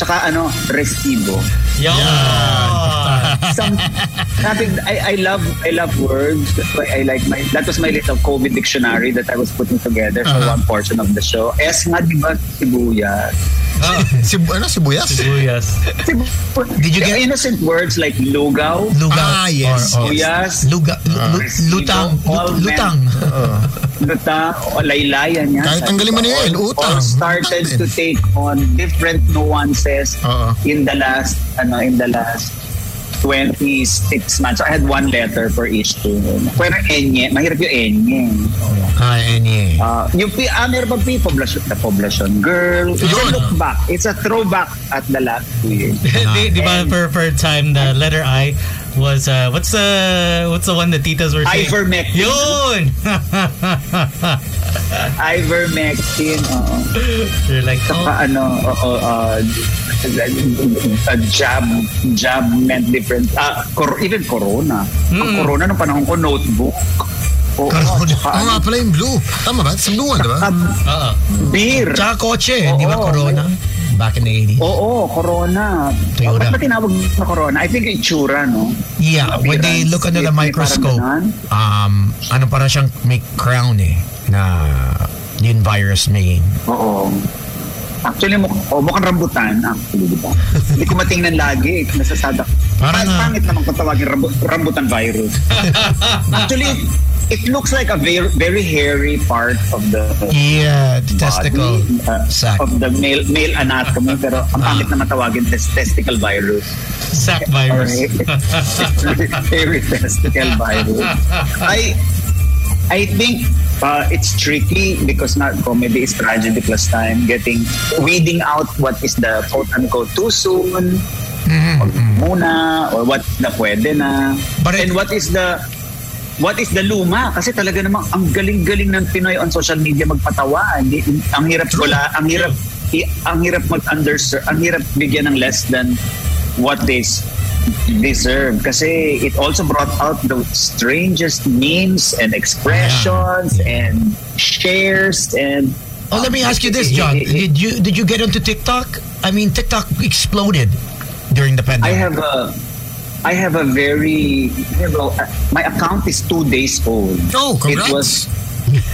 Speaker 7: tsaka ano restibo
Speaker 3: Yan.
Speaker 7: some nothing. I, I love I love words. That's why I like my that was my little COVID dictionary that I was putting together for one portion of the show. Es nga di ba sibuyas?
Speaker 2: Si, ano, sibuyas?
Speaker 6: Yes.
Speaker 5: Did you
Speaker 7: There are
Speaker 5: get
Speaker 7: innocent words like lugaw,
Speaker 5: lugaw?
Speaker 2: Ah,
Speaker 5: oh.
Speaker 2: yes, Ah.
Speaker 5: Or, or,
Speaker 7: yes.
Speaker 5: Luga, lu- lutang.
Speaker 7: All men.
Speaker 5: lutang.
Speaker 7: luta, o laylayan yan.
Speaker 2: Kahit tanggalin mo na yan,
Speaker 7: All-
Speaker 2: utang.
Speaker 7: All started
Speaker 2: Utang din.
Speaker 7: to take on different nuances
Speaker 2: Oo.
Speaker 7: in the last, ano, in the last 26 months. I had one letter for each two. Pero enye, mahirap yung enye.
Speaker 2: Ah, any.
Speaker 7: Uh, yung, pi- ah, meron bang pi- poblasyon, na poblasyon girl. It's a
Speaker 2: Yun.
Speaker 7: look back. It's a throwback at the last two years.
Speaker 6: di, di ba per, per time the letter I was uh, what's the what's the one the titas were saying?
Speaker 7: Ivermectin.
Speaker 6: Yun.
Speaker 7: Ivermectin. oo.
Speaker 6: You're like
Speaker 7: Saka
Speaker 6: oh,
Speaker 7: ano, oo, uh, a jab, jab meant different. ah cor- even corona. Ang corona nung panahon ko, notebook. Oo, saka
Speaker 2: Oo
Speaker 7: ano,
Speaker 2: nga pala yung blue. Tama ba? Sa blue one, di ba?
Speaker 7: ah, beer.
Speaker 5: Tsaka kotse, di ba
Speaker 7: Oo.
Speaker 5: corona? Back in the 80s.
Speaker 7: Oo, corona.
Speaker 5: Toyota.
Speaker 7: Ba't ba tinawag na corona? I think itsura, no?
Speaker 5: Yeah, when they look under the
Speaker 7: May- may
Speaker 5: microscope,
Speaker 7: parang
Speaker 5: um, ano para siyang may crown eh, na yun virus may
Speaker 7: Oo. Actually, muk- oh, mukhang rambutan, actually, di ba? Hindi ko matingnan lagi. eh. Nasasadak.
Speaker 5: Parang,
Speaker 7: Parang
Speaker 5: ah,
Speaker 7: pangit naman kung tawagin rambu- rambutan virus. actually, it looks like a very, very hairy part of the
Speaker 5: Yeah, the
Speaker 7: body,
Speaker 5: testicle
Speaker 7: uh,
Speaker 5: sac. Ah.
Speaker 7: of the male, male anatomy. Pero ang pangit naman tawagin tes- testicle virus.
Speaker 6: sack virus.
Speaker 7: Favorite testicle virus. I I think uh, it's tricky because not comedy is tragedy plus time. Getting weeding out what is the quote unquote too soon, or muna, or what na pwede na,
Speaker 5: But I-
Speaker 7: and what is the what is the luma kasi talaga namang ang galing-galing ng Pinoy on social media magpatawa hindi ang hirap wala ang hirap i- ang hirap mag underserve ang hirap bigyan ng less than what they s- deserve kasi it also brought out the strangest memes and expressions and shares and
Speaker 5: Oh, let me ask you this, John. Did you did you get onto TikTok? I mean, TikTok exploded during the
Speaker 7: I
Speaker 5: pandemic.
Speaker 7: have a I have a very you know, uh, my account is two days old.
Speaker 2: Oh, congrats.
Speaker 7: It was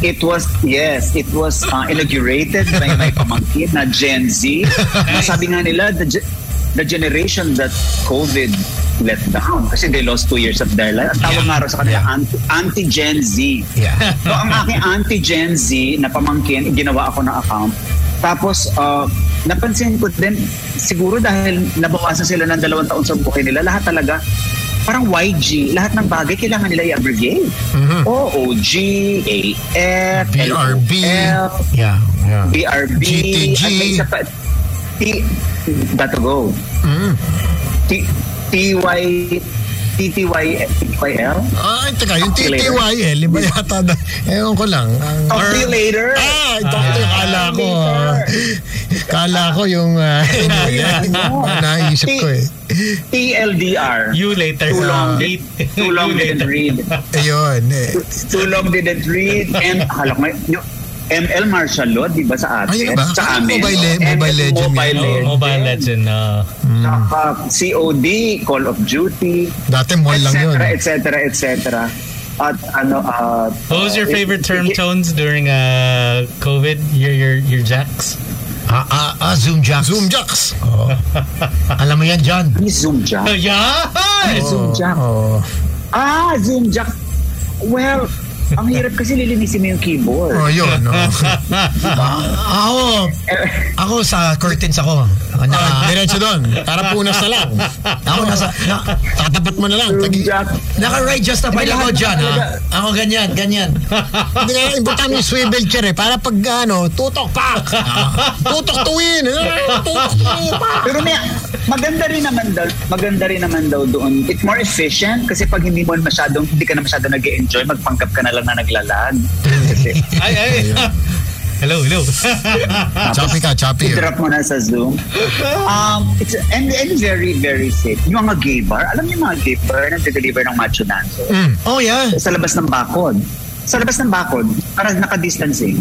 Speaker 7: it was yes, it was uh, inaugurated by my pamangkin na Gen Z. Sabi nga nila the ge- the generation that COVID let down kasi they lost two years of their life. Ang tawag nga raw sa kanila anti- anti-Gen Z.
Speaker 5: Yeah.
Speaker 7: So ang aking anti-Gen Z na pamangkin, ginawa ako ng account. Tapos, uh, napansin ko din, siguro dahil nabawasan sila ng dalawang taon sa buhay nila, lahat talaga, parang YG, lahat ng bagay kailangan nila i-abrogate. O, OG, AF,
Speaker 2: BRB.
Speaker 7: LOL,
Speaker 5: Yeah. Yeah.
Speaker 7: BRB,
Speaker 2: GTG.
Speaker 7: at may isa pa, T, gotta go. Mm. T, TY, TTY, TYL?
Speaker 2: Ah, teka, yung
Speaker 7: Calculator.
Speaker 2: TTYL, iba yata na, ewan ko lang. Ang,
Speaker 7: Talk to you later.
Speaker 2: ah, ito ko yung kala ko. ah. Kala ko yung, ah,
Speaker 7: Ano?
Speaker 2: naisip ko eh.
Speaker 7: TLDR.
Speaker 6: You later.
Speaker 7: too long
Speaker 6: You
Speaker 7: did, too long
Speaker 6: later.
Speaker 7: didn't read.
Speaker 2: Ayun, eh.
Speaker 7: Too long didn't read. And halak may yung ML Martial Law, di ba sa
Speaker 2: Ay, yun
Speaker 7: atin?
Speaker 2: ba?
Speaker 7: Sa amin.
Speaker 2: Mobile Le-
Speaker 7: ML
Speaker 2: Mobile Legend yun.
Speaker 6: Oh,
Speaker 7: Mobile Legend. Mm.
Speaker 6: Mobile Legend. Uh,
Speaker 7: Saka COD, Call of Duty,
Speaker 2: Dati mall lang yun.
Speaker 7: etc. etc. etc. At ano, ah...
Speaker 6: what was your
Speaker 7: ah,
Speaker 6: favorite term
Speaker 7: i- i-
Speaker 6: tones during uh, COVID? Your your your jacks?
Speaker 5: Ah, ah, ah, Zoom Jacks.
Speaker 2: Zoom jacks.
Speaker 5: Alam mo yan, John?
Speaker 7: Ay, eh, Zoom Jack.
Speaker 6: yeah.
Speaker 7: Zoom Jack.
Speaker 2: Oo.
Speaker 7: Ah, Zoom Jack. Well, ang hirap kasi lilinisin mo yung keyboard. Eh,
Speaker 2: Oh, yun. Oh.
Speaker 5: Ako, ako sa curtains ako.
Speaker 2: Ah,
Speaker 5: Naka,
Speaker 2: diretso doon. Para punas na lang.
Speaker 5: ako nasa, na,
Speaker 2: Tatapat mo na lang.
Speaker 7: Zoom
Speaker 2: Tagi,
Speaker 7: Jack.
Speaker 5: naka-right justified ako, John. Ha? Ako ganyan, ganyan.
Speaker 2: Hindi nga, ibutan mo yung swivel chair eh. Para pag ano, tutok pak. Tutok tuwin. Ah, Tutok tuwin pak.
Speaker 7: Pero may, maganda rin naman daw, maganda rin naman daw doon. It's more efficient kasi pag hindi mo masyadong, hindi ka na masyadong nag enjoy magpanggap ka na lang na naglalag. Kasi
Speaker 6: Ay, ay. hello, hello.
Speaker 2: Choppy ka, choppy. eh.
Speaker 7: drop mo na sa Zoom. Um, it's, and, and very, very safe. Yung mga gay bar, alam niyo yung mga gay bar na deliver ng macho dance
Speaker 5: Oh, yeah.
Speaker 7: sa labas ng bakod. Sa labas ng bakod, para naka-distancing.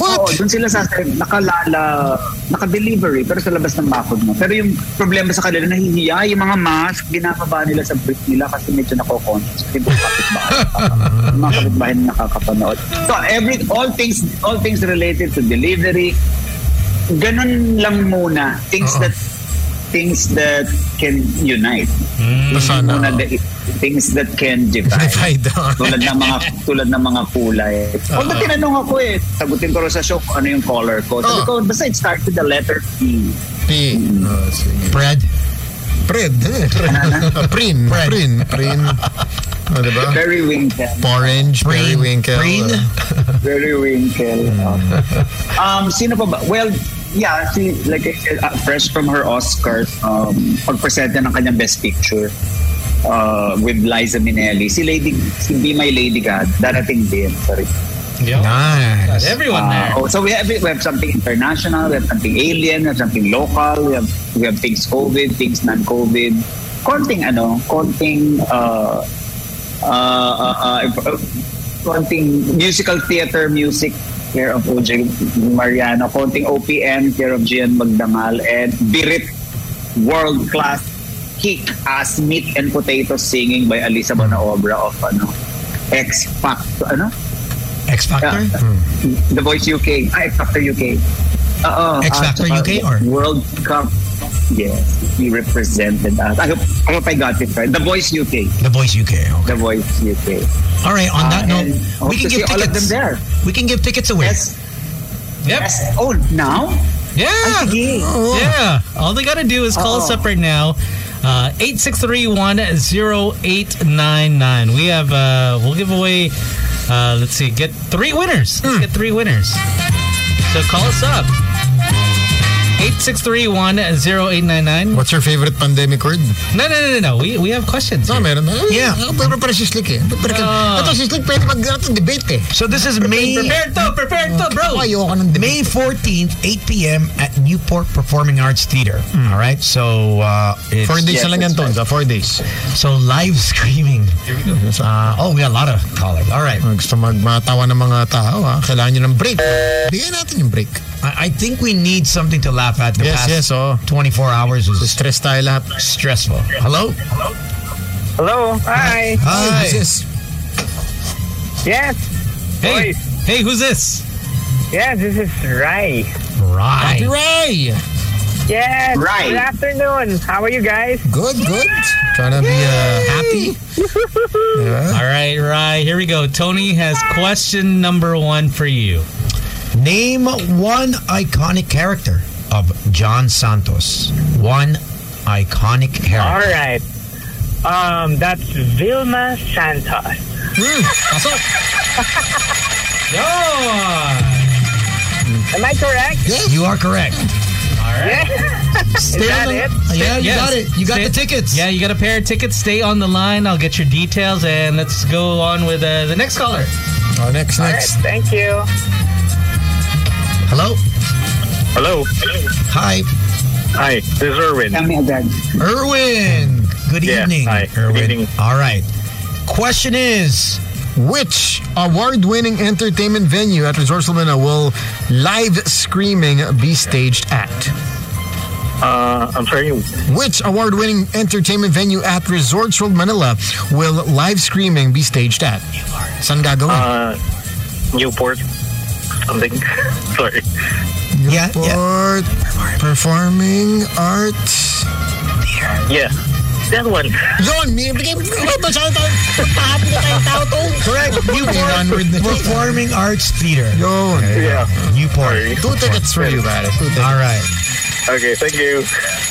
Speaker 2: What?
Speaker 7: Oo, dun sila sa akin, nakalala, naka-delivery, pero sa labas ng bakod mo. Pero yung problema sa kanila, nahihiya, yung mga mask, binababa nila sa brief nila kasi medyo nako-conscious. Kasi yung kapitbahay, yung mga kapitbahay na nakakapanood. So, every, all things, all things related to delivery, ganun lang muna. Things that, things that can unite.
Speaker 2: Sana.
Speaker 7: Muna, the- things that can divide
Speaker 5: Divide down.
Speaker 7: tulad ng mga tulad ng mga kulay. O ba't tinanong ako eh, sagutin ko rin sa show kung ano yung color ko. Sabi
Speaker 2: Oo.
Speaker 7: ko, basta it starts with the letter P.
Speaker 2: P. Ah,
Speaker 5: Bread.
Speaker 2: Pred. eh. Prin. Prin. Prin. O, diba?
Speaker 7: Very winkle.
Speaker 2: Orange,
Speaker 5: Prin.
Speaker 2: periwinkle.
Speaker 5: Prin.
Speaker 7: Very winkle. Um, sino pa ba? Well, yeah, si, like, I said, uh, fresh from her Oscar, um, pagpresenta ng kanyang Best Picture uh, with Liza Minnelli. Si Lady, si Be My Lady God, darating din. Sorry.
Speaker 5: Nice.
Speaker 4: Everyone
Speaker 7: Uh,
Speaker 4: there.
Speaker 7: oh, so we have we have something international, we have something alien, we have something local, we have we have things COVID, things non-COVID. Konting ano, konting uh, uh, uh, uh, uh, konting musical theater music care of OJ Mariano, konting OPM care of Gian Magdangal, and Birit world-class kick-ass meat and potato singing by Alisa Bonaobra of ano, X Factor, ano?
Speaker 5: X Factor?
Speaker 7: Yeah. The Voice UK. Ah, X Factor UK. Oo.
Speaker 5: Hmm. X
Speaker 7: ah,
Speaker 5: Factor
Speaker 7: tsaka
Speaker 5: UK or?
Speaker 7: World Cup. Yes. He represented us. I hope, I hope I got it right. The Voice UK.
Speaker 5: The Voice UK. Okay.
Speaker 7: The Voice UK.
Speaker 5: All right. On that
Speaker 7: Ah,
Speaker 5: note,
Speaker 7: and hope
Speaker 5: we can
Speaker 7: to
Speaker 5: give
Speaker 7: see all of them
Speaker 5: tickets.
Speaker 7: there.
Speaker 5: We can give tickets away.
Speaker 7: Yes.
Speaker 3: Yep.
Speaker 7: Yes. Oh, now?
Speaker 6: Yeah.
Speaker 7: Sige.
Speaker 6: Yeah. All they got to do is call us up
Speaker 7: Uh-oh.
Speaker 6: right now. Uh, 863-1089. We have, uh, we'll give away, uh, let's see, get three winners. Let's get three winners. So call us up. 863-1089.
Speaker 2: What's your favorite pandemic word?
Speaker 6: No, no, no, no, no. We, we have questions.
Speaker 2: No,
Speaker 6: here.
Speaker 2: meron.
Speaker 5: Yeah.
Speaker 2: Ako pero para sislik eh. Ba't Para,
Speaker 6: Ah.
Speaker 2: ito sislik pwede mag ito, debate eh.
Speaker 5: So this is May
Speaker 6: Prepared to, prepared
Speaker 5: Oh,
Speaker 6: to,
Speaker 2: Ako
Speaker 6: bro.
Speaker 2: ayoko ng debate.
Speaker 5: May 14th, 8 p.m. at Newport Performing Arts Theater. All right. So uh, it's,
Speaker 2: Four days
Speaker 7: Yes,
Speaker 2: na lang yan,
Speaker 7: that's
Speaker 2: Tonza. Four days.
Speaker 5: so live streaming. Uh, oh, we got a lot of callers. All right.
Speaker 2: Kung Ah, gusto magmatawa ng mga tao, ha? kailangan nyo ng break. Bigyan natin yung break.
Speaker 5: I, I think we need something to laugh at. The
Speaker 2: Yes, yes,
Speaker 5: past
Speaker 2: oh.
Speaker 5: 24 hours was
Speaker 2: Stress tayo lahat.
Speaker 5: stressful. Hello?
Speaker 8: Hello. Hi.
Speaker 5: Hi.
Speaker 2: This is-
Speaker 8: Yes.
Speaker 6: Hey,
Speaker 8: Boys.
Speaker 6: hey, who's this?
Speaker 8: Yes, this is Rai.
Speaker 5: Right.
Speaker 2: Ray!
Speaker 8: Yes.
Speaker 7: Rai.
Speaker 8: Good afternoon. How are you guys?
Speaker 2: Good, good. Trying to be uh, happy.
Speaker 6: All right, right. Here we go. Tony has question number one for you.
Speaker 5: Name one iconic character of John Santos. One iconic
Speaker 8: All
Speaker 5: character.
Speaker 8: right. Um, that's Vilma Santos.
Speaker 5: Mm.
Speaker 8: Am I correct?
Speaker 5: You are correct.
Speaker 8: Is that it?
Speaker 5: Yeah, you
Speaker 6: Yes.
Speaker 5: got it. You got
Speaker 6: Stay-
Speaker 5: the tickets.
Speaker 6: Yeah, you got a pair of tickets. Stay on the line. I'll get your details and let's go on with uh, the next caller.
Speaker 2: Oh, next,
Speaker 8: All right.
Speaker 2: next.
Speaker 8: Thank you.
Speaker 5: Hello?
Speaker 9: Hello.
Speaker 5: Hi.
Speaker 9: Hi, this is Irwin.
Speaker 7: Tell me again.
Speaker 5: Erwin. Good
Speaker 9: Yeah,
Speaker 5: evening.
Speaker 9: hi. Good
Speaker 5: Erwin.
Speaker 9: evening.
Speaker 5: All right. Question is
Speaker 2: Which award-winning entertainment venue at Resort Salmina will live screaming be staged at?
Speaker 9: Uh, I'm sorry.
Speaker 2: Which award-winning entertainment venue at Resorts World Manila will live screaming be staged at? San gagawin?
Speaker 9: Uh, Newport. Something. sorry.
Speaker 5: yeah, yeah.
Speaker 2: Port Performing Arts.
Speaker 9: Yeah. That one.
Speaker 2: Yun! may- Oh, bigay- bigay- masyado tayo- pahapi na tayong tao to.
Speaker 5: Correct. Newport Performing Arts Theater.
Speaker 2: Yun.
Speaker 9: Yeah.
Speaker 5: Newport.
Speaker 9: Sorry.
Speaker 2: Two tickets for you, pare. Two tickets.
Speaker 5: All right.
Speaker 9: Okay, thank you.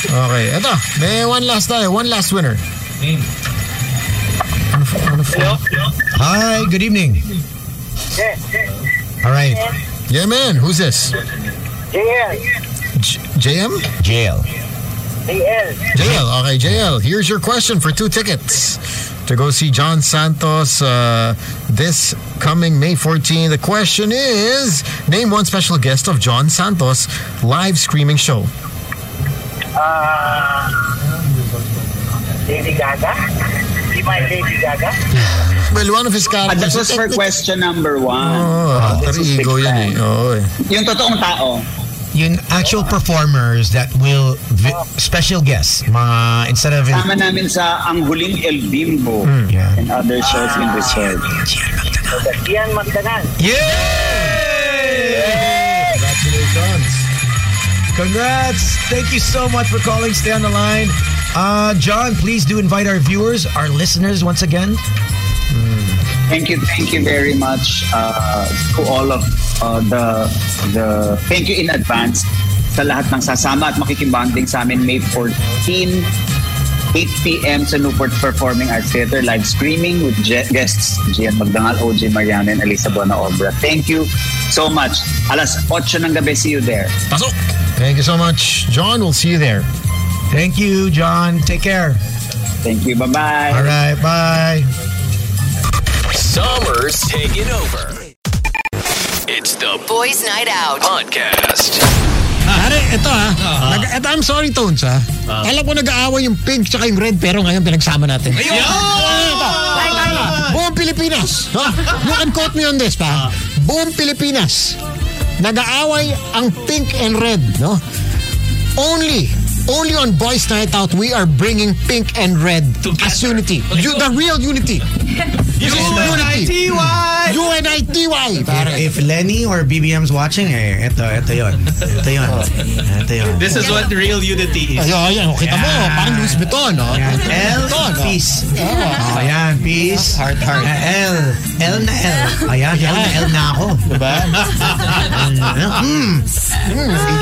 Speaker 2: Okay, eto. May one last tayo. One last winner. Ano f- ano f-
Speaker 5: Hi. Good evening. All right.
Speaker 2: Yeah, man. Who's this? J- JM?
Speaker 5: Jail.
Speaker 2: JL. Okay, JL. Here's your question for two tickets to go see John Santos uh, this coming May 14. The question is Name one special guest of John Santos' live screaming show.
Speaker 8: Uh, Lady Gaga. be my Lady Gaga?
Speaker 2: Well, one of his
Speaker 7: Ah, that
Speaker 2: characters.
Speaker 7: was for question number one.
Speaker 2: Oh, alter ego yan eh. Oo eh.
Speaker 7: Yung totoong tao.
Speaker 5: Yung actual performers that will vi- special guests, mga instead of
Speaker 7: Sama namin sa Ang Huling El Bimbo
Speaker 5: yeah.
Speaker 7: and other shows in
Speaker 5: Ah.
Speaker 7: resort.
Speaker 8: Yan Magdanal.
Speaker 5: Yeah!
Speaker 2: Congratulations.
Speaker 5: Congrats! Thank you so much for calling. Stay on the line. Uh, John, please do invite our viewers, our listeners, once again.
Speaker 7: Thank you, thank you very much uh, to all of uh, the the thank you in advance sa lahat ng sasama at makikimbanding sa amin May 14, 8 p.m. sa Newport Performing Arts Theater live streaming with je- guests Gian Magdangal, OJ Mariano, and Elisa Buena Obra. Thank you so much. Alas 8 ng gabi, see you there.
Speaker 2: Pasok. Thank you so much, John. We'll see you there.
Speaker 5: Thank you, John. Take care.
Speaker 7: Thank you. Bye-bye.
Speaker 5: All right, bye.
Speaker 1: Summer's taking over. It's the
Speaker 10: Boys Night Out.
Speaker 1: podcast.
Speaker 2: Pare, ito ah. Nag- eto, I'm sorry, Tones ah. Alam ko nag-aaway yung pink tsaka yung red pero ngayon pinagsama natin. Ayun! Buong Pilipinas. Ha? You can quote me on this pa. Buong Pilipinas. Nag-aaway ang pink and red, no? Only Only on Boys Night Out, we are bringing pink and red as unity. You, the real unity. This is unity.
Speaker 5: T-Y!
Speaker 2: UNITY. Pare.
Speaker 5: If Lenny or BBM's watching, eh, ito, ito yun. Ito yun. Ito yun.
Speaker 4: This is what real unity is.
Speaker 2: Ayun, ayun. Oh, Kita mo, parang Luis Vuitton, oh. no?
Speaker 5: L,
Speaker 2: Ito, no?
Speaker 5: peace.
Speaker 2: Oh.
Speaker 5: Oh, Ayan, peace. Heart, heart. L. L na L. Ayan, L na L na ako. Mm,
Speaker 2: Diba? Hmm,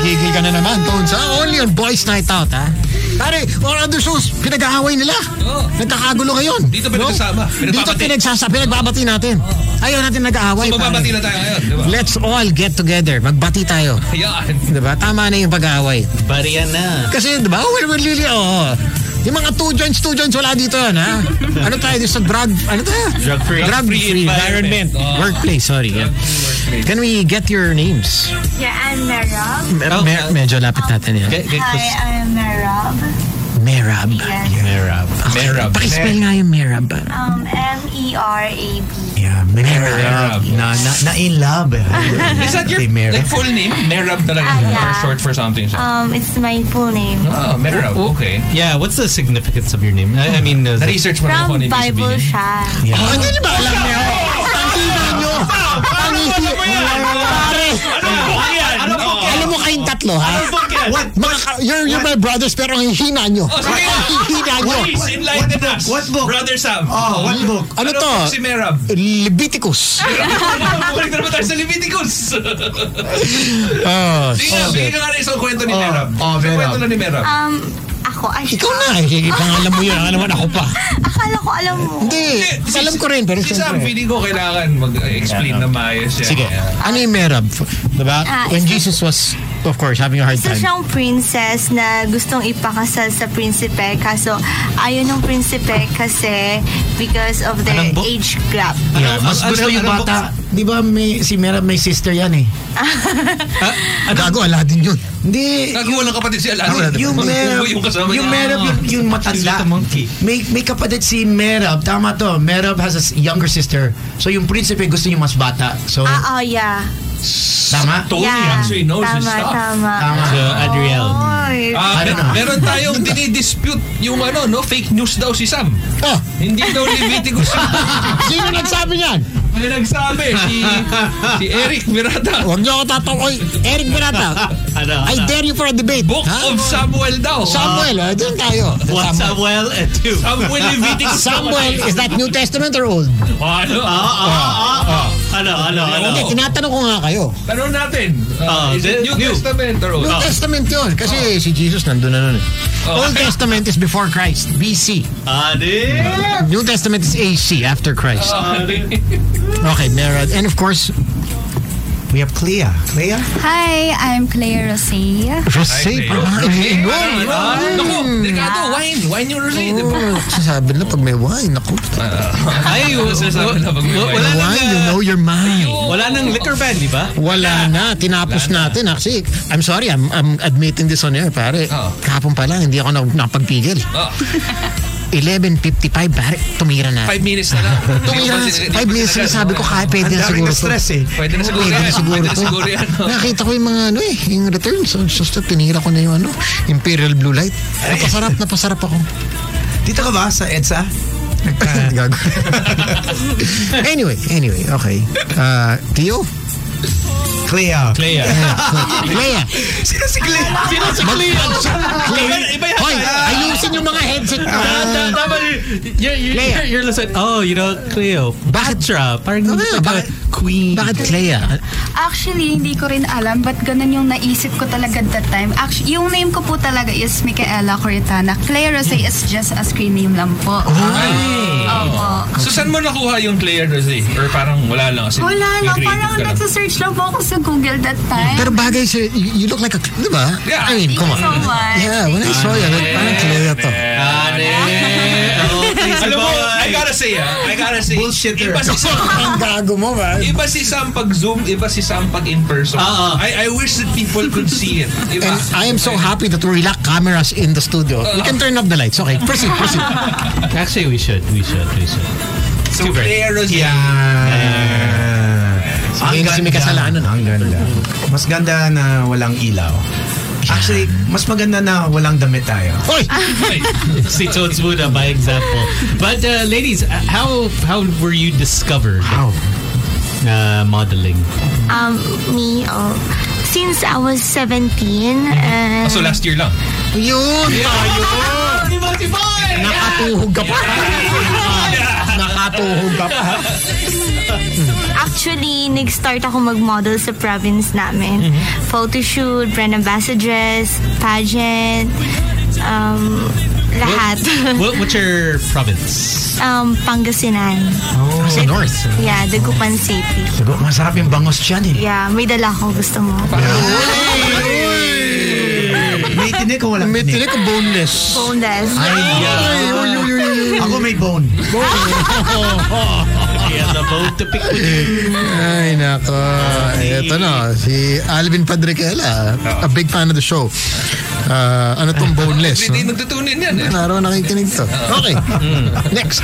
Speaker 2: Gigigil ka na naman, Tones, ha? Only on Boys Night Out, ha? Pare, or other shows, pinag-aaway nila. Nagkakagulo ngayon.
Speaker 4: Dito pinagkasama.
Speaker 2: Dito
Speaker 4: Pinagbabati.
Speaker 2: pinagsasa, pinagbabati natin. Ayaw natin nag-aaway, pare.
Speaker 4: Magbabati na tayo ngayon, di ba?
Speaker 2: Let's all get together. Magbati tayo.
Speaker 4: Ayan.
Speaker 2: Diba? Tama na yung pag-aaway.
Speaker 6: Bariya na.
Speaker 2: Kasi, diba? Well, well, really, oo. Yung mga two joints, two joints, wala dito yan, ha? Ano tayo dito sa drug, ano tayo? Drug free. Drug free environment. Workplace, sorry. yeah. Can we get your names?
Speaker 11: Yeah, I'm Merab.
Speaker 2: Mer- mer- medyo lapit natin yan.
Speaker 11: Hi, I'm Merab.
Speaker 2: Merab.
Speaker 11: Yes.
Speaker 2: Merab. Merab. Pakispell nga yung Merab.
Speaker 11: Um, M-E-R-A-B.
Speaker 5: Yeah, Merab. Na, na, na in love.
Speaker 4: Is that your
Speaker 5: Kay Merab.
Speaker 4: like full name? Merab talaga.
Speaker 11: Ah, yeah.
Speaker 4: Or short for something. So.
Speaker 11: Um, oh, it's my full name.
Speaker 4: Ah, Merab. Okay.
Speaker 6: Yeah, what's the significance of your name? I, I mean, uh, is it-
Speaker 4: Na-research mo na kung ano
Speaker 11: From
Speaker 4: ibig
Speaker 11: Bible
Speaker 4: sabihin.
Speaker 11: siya.
Speaker 2: Oh, hindi niyo ba alam niyo? Ang hina niyo. Ang hina Pare,
Speaker 4: Ano po?
Speaker 2: alam mo kayong tatlo, ha? What? Mga ka- you're, you're my brothers, pero ang hina niyo.
Speaker 4: Oh, sige.
Speaker 2: Ang Ano hina niyo.
Speaker 4: Please, enlighten us.
Speaker 5: What book?
Speaker 4: Brother Sam.
Speaker 5: Oh, what book?
Speaker 2: Ano to?
Speaker 4: Si Merab.
Speaker 2: Leviticus.
Speaker 4: Balik na naman tayo sa Leviticus.
Speaker 5: Ah.
Speaker 2: Oh,
Speaker 4: Sige na, bigyan ka nga ng isang kwento ni Merab.
Speaker 5: oh,
Speaker 4: Isang
Speaker 5: Merab.
Speaker 4: kwento na ni Merab.
Speaker 11: Um, ako, ay,
Speaker 2: Ikaw na. eh. Sige, Pangalan mo yun. Ang naman ako pa.
Speaker 11: akala ko alam mo.
Speaker 2: Hindi. Alam ko rin, pero
Speaker 4: Si Sam,
Speaker 2: siyempre.
Speaker 4: feeling ko kailangan mag-explain na maayos yan.
Speaker 2: Sige. Ano yung Merab? Diba?
Speaker 11: Ah,
Speaker 2: When
Speaker 11: isa-
Speaker 2: Jesus was, of course, having a hard
Speaker 11: Isa
Speaker 2: time.
Speaker 11: siyang princess na gustong ipakasal sa prinsipe kaso ayaw ng prinsipe kasi because of their
Speaker 6: Anong book?
Speaker 11: age gap.
Speaker 5: Yeah, mas
Speaker 6: Ano-
Speaker 5: gusto
Speaker 6: ano-
Speaker 5: yung
Speaker 6: ano
Speaker 5: bata. Di ba may, si Merab may sister yan eh.
Speaker 2: Gago, Aladdin yun.
Speaker 5: Ah, ano? Hindi.
Speaker 4: Gago, walang kapatid si Aladdin.
Speaker 5: Ah, Yung Merab,
Speaker 4: Yung kasama
Speaker 5: yung
Speaker 4: niya.
Speaker 5: Merab, yung, yung matanda. May, may kapatid si Merab. Tama to. Merab has a s- younger sister. So yung prinsipe gusto niya mas bata. So,
Speaker 11: Ah, oh, yeah.
Speaker 5: tama?
Speaker 4: Tony
Speaker 11: yeah.
Speaker 4: Oh, actually knows
Speaker 11: tama,
Speaker 4: his stuff.
Speaker 11: Tama,
Speaker 5: Tama.
Speaker 6: So, uh, Adriel.
Speaker 11: Oy.
Speaker 4: Ah,
Speaker 5: Ano na?
Speaker 4: meron tayong dinidispute yung ano, no? Fake news daw si Sam.
Speaker 2: Oh,
Speaker 4: Hindi daw Leviticus yung
Speaker 2: sino nagsabi niyan?
Speaker 4: may nagsabi. Si, si Eric Mirata.
Speaker 2: Huwag niyo ako tatawa. Oy, Eric Berata.
Speaker 6: Ano?
Speaker 2: I
Speaker 6: ano?
Speaker 2: dare you for a debate.
Speaker 4: Book
Speaker 2: Ha?
Speaker 4: of Samuel daw.
Speaker 2: Samuel, uh, doon tayo.
Speaker 6: What
Speaker 2: Samuel.
Speaker 6: Samuel and two.
Speaker 4: Samuel Leviticus.
Speaker 2: Samuel, is that New Testament or Old?
Speaker 4: Ah, ano?
Speaker 6: Ano, ano, ano?
Speaker 2: Hindi, tinatanong ko nga kayo.
Speaker 4: Tanong natin.
Speaker 6: Ah,
Speaker 4: Uh, is it New,
Speaker 6: the- new.
Speaker 4: Testament or
Speaker 2: New
Speaker 5: Ah,
Speaker 4: Old?
Speaker 2: Testament yun. Kasi
Speaker 4: Oh.
Speaker 2: si Jesus nandun na nun eh. Old Testament is before Christ, BC.
Speaker 6: Adi?
Speaker 2: New Testament is AC, after Christ.
Speaker 4: Oh.
Speaker 2: Okay, Merod. And of course,
Speaker 5: We have Clea. Clea?
Speaker 11: Hi, I'm Claire Rosie.
Speaker 2: Jose. Ah, eh, no.
Speaker 4: Naku, delikado. Wine. Wine yung Rosé. di ba?
Speaker 2: Ah. Oh, Sasabi na pag may wine, ako.
Speaker 6: Ay, w-
Speaker 4: Sinasabi Ano na pag may
Speaker 6: w-
Speaker 4: wine.
Speaker 6: wala nang,
Speaker 2: Wine, you
Speaker 6: uh,
Speaker 2: know your mind.
Speaker 6: wala nang liquor ban, di ba?
Speaker 2: Wala na, tinapos natin. Actually, I'm sorry, I'm, I'm admitting this on air, pare.
Speaker 4: Oo.
Speaker 2: Kahapon pa lang, hindi ako na- nakapagpigil.
Speaker 4: Ah,
Speaker 2: 11.55, pare, tumira na.
Speaker 4: 5 minutes na lang.
Speaker 2: Tumira na. 5 minutes na sabi ko, kaya pwede na siguro to.
Speaker 4: Pwede na siguro
Speaker 2: Pwede
Speaker 4: yan.
Speaker 2: na siguro
Speaker 4: Pwede na
Speaker 2: to.
Speaker 4: siguro yan.
Speaker 2: Nakita ko yung mga ano eh, yung return. So, just na, tinira ko na yung ano, Imperial Blue Light. Napasarap, napasarap ako.
Speaker 5: Dito ka ba sa EDSA?
Speaker 2: Gago. anyway, anyway, okay. Uh, Tio?
Speaker 5: Clea.
Speaker 4: Clea.
Speaker 2: Clea.
Speaker 5: Sino si Clea?
Speaker 2: Sino si Clea? Clea.
Speaker 4: Iba yan.
Speaker 2: Hoy, ayusin yung mga headset mo.
Speaker 6: You're, you're,
Speaker 2: Clea.
Speaker 6: you're, you're listening. Oh, you know, Cleo. Batra. Parang
Speaker 2: Oo nga,
Speaker 6: like
Speaker 2: bakit-
Speaker 6: a queen.
Speaker 2: Bakit Clea?
Speaker 11: Actually, hindi ko rin alam but ganun yung naisip ko talaga that time. Actually, yung name ko po talaga is Micaela Cortana. Claire Rose is just a screen name lang po.
Speaker 4: Oh.
Speaker 11: Ah, Opo.
Speaker 4: So saan mo nakuha yung player Jose? Or parang wala lang kasi
Speaker 11: Wala
Speaker 4: may
Speaker 11: lang.
Speaker 4: creative
Speaker 11: Parang
Speaker 4: ka lang.
Speaker 11: nagsasearch lang po ako sa Google that time.
Speaker 2: Pero bagay siya, you, you look like a, di ba?
Speaker 4: Yeah.
Speaker 2: I mean, come on.
Speaker 11: Thank you so much.
Speaker 2: Yeah, when I saw you, I looked parang Clea to.
Speaker 4: Alam mo, I gotta say ah, I gotta say,
Speaker 5: Bullshitter.
Speaker 4: iba si Sam,
Speaker 2: Ang gago mo ba?
Speaker 4: iba si Sam pag Zoom, iba si Sam pag in person.
Speaker 6: Oo.
Speaker 4: I, I wish that people could see it. Iba.
Speaker 2: And I am so happy that we lack cameras in the studio. We
Speaker 4: Oh.
Speaker 2: can turn off the lights. Okay, proceed, proceed.
Speaker 6: Actually, we should. We should. We should.
Speaker 4: So player Jose.
Speaker 2: Sige, kasi may kasalanan.
Speaker 5: Ang ganda. Mas ganda na walang ilaw. Actually, mas maganda na walang damit tayo.
Speaker 2: Hoy!
Speaker 6: See Toad's Buddha by example. But uh, ladies, uh, how how were you discovered?
Speaker 2: Wow.
Speaker 6: Uh, modeling.
Speaker 12: Um, me, oh, since I was 17,
Speaker 4: Ah,
Speaker 12: uh,
Speaker 4: So last year lang.
Speaker 2: Yun! Tayo! Nakatuhog ka pa. Nakatuhog ka pa.
Speaker 12: actually, nag-start ako mag-model sa province namin.
Speaker 6: Mm-hmm.
Speaker 12: Photoshoot, brand ambassadress, pageant, um, lahat.
Speaker 6: What, what's your province?
Speaker 12: um, Pangasinan.
Speaker 2: Sa Oh. North.
Speaker 12: Yeah, Dagupan City.
Speaker 5: Diba? Masarap yung bangos dyan eh.
Speaker 12: Yeah, may dala akong gusto mo.
Speaker 5: May tinik o walang
Speaker 2: May
Speaker 5: tinik?
Speaker 2: tinik boneless.
Speaker 12: Boneless.
Speaker 2: Ay, uy, uy, uy, uy.
Speaker 5: Ako may bone.
Speaker 6: Yeah, the vote to pick with you.
Speaker 2: Ay, nako. Ito na, si Alvin Padriquela. A big fan of the show. Ah, ano tong boneless?
Speaker 4: Hindi
Speaker 2: no?
Speaker 4: magtutunin yan eh.
Speaker 2: Araw nakikinig to. Okay.
Speaker 5: Mm.
Speaker 2: Next.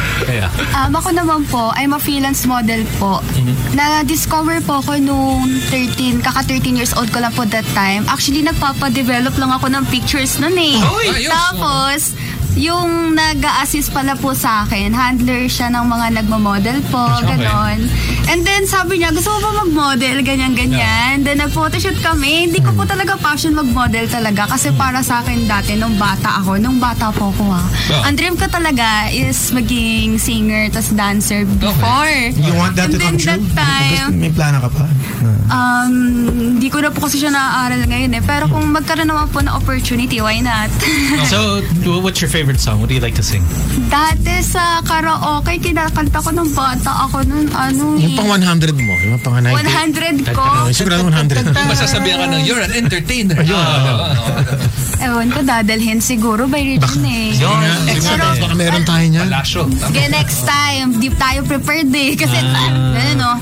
Speaker 11: Um, ako naman po, I'm a freelance model po. Na-discover po ako nung 13, kaka-13 years old ko lang po that time. Actually, nagpapa-develop lang ako ng pictures nun eh.
Speaker 4: Oy! Ayos.
Speaker 11: Tapos, yung nag-assist pala po sa akin, handler siya ng mga nagmamodel po, ganon. And then sabi niya, gusto mo ba mag-model, ganyan-ganyan. Then nag-photoshoot kami. Hindi ko
Speaker 2: Mm-hmm.
Speaker 11: po talaga passion mag-model talaga kasi para sa akin dati, nung bata ako, nung bata po ko ha.
Speaker 4: Ah.
Speaker 11: Ang dream ko talaga is maging singer tas dancer before.
Speaker 5: You want that
Speaker 11: And
Speaker 5: to come
Speaker 11: then
Speaker 5: true?
Speaker 11: that time,
Speaker 5: May plano ka pa?
Speaker 11: um, hindi ko na po kasi siya naaaral ngayon eh. Pero kung magkaroon naman po na opportunity, why not?
Speaker 6: So, wh- what's your favorite song? What do you like to sing?
Speaker 11: Dati sa karaoke, kinakanta ko ng bata ako nun, ano
Speaker 2: Yung pang
Speaker 11: eh.
Speaker 2: 100 mo. Yung pang 90.
Speaker 11: 100 ko.
Speaker 2: Siguro 100.
Speaker 4: Masasabihan ka ng, you're an entertainer. Ayun.
Speaker 11: Ewan ko, dadalhin siguro by Regine eh.
Speaker 2: Exodus, baka meron tayo niyan.
Speaker 4: Palasyo.
Speaker 11: Sige, next time. Di tayo prepared eh. Kasi, ah, ganun oh.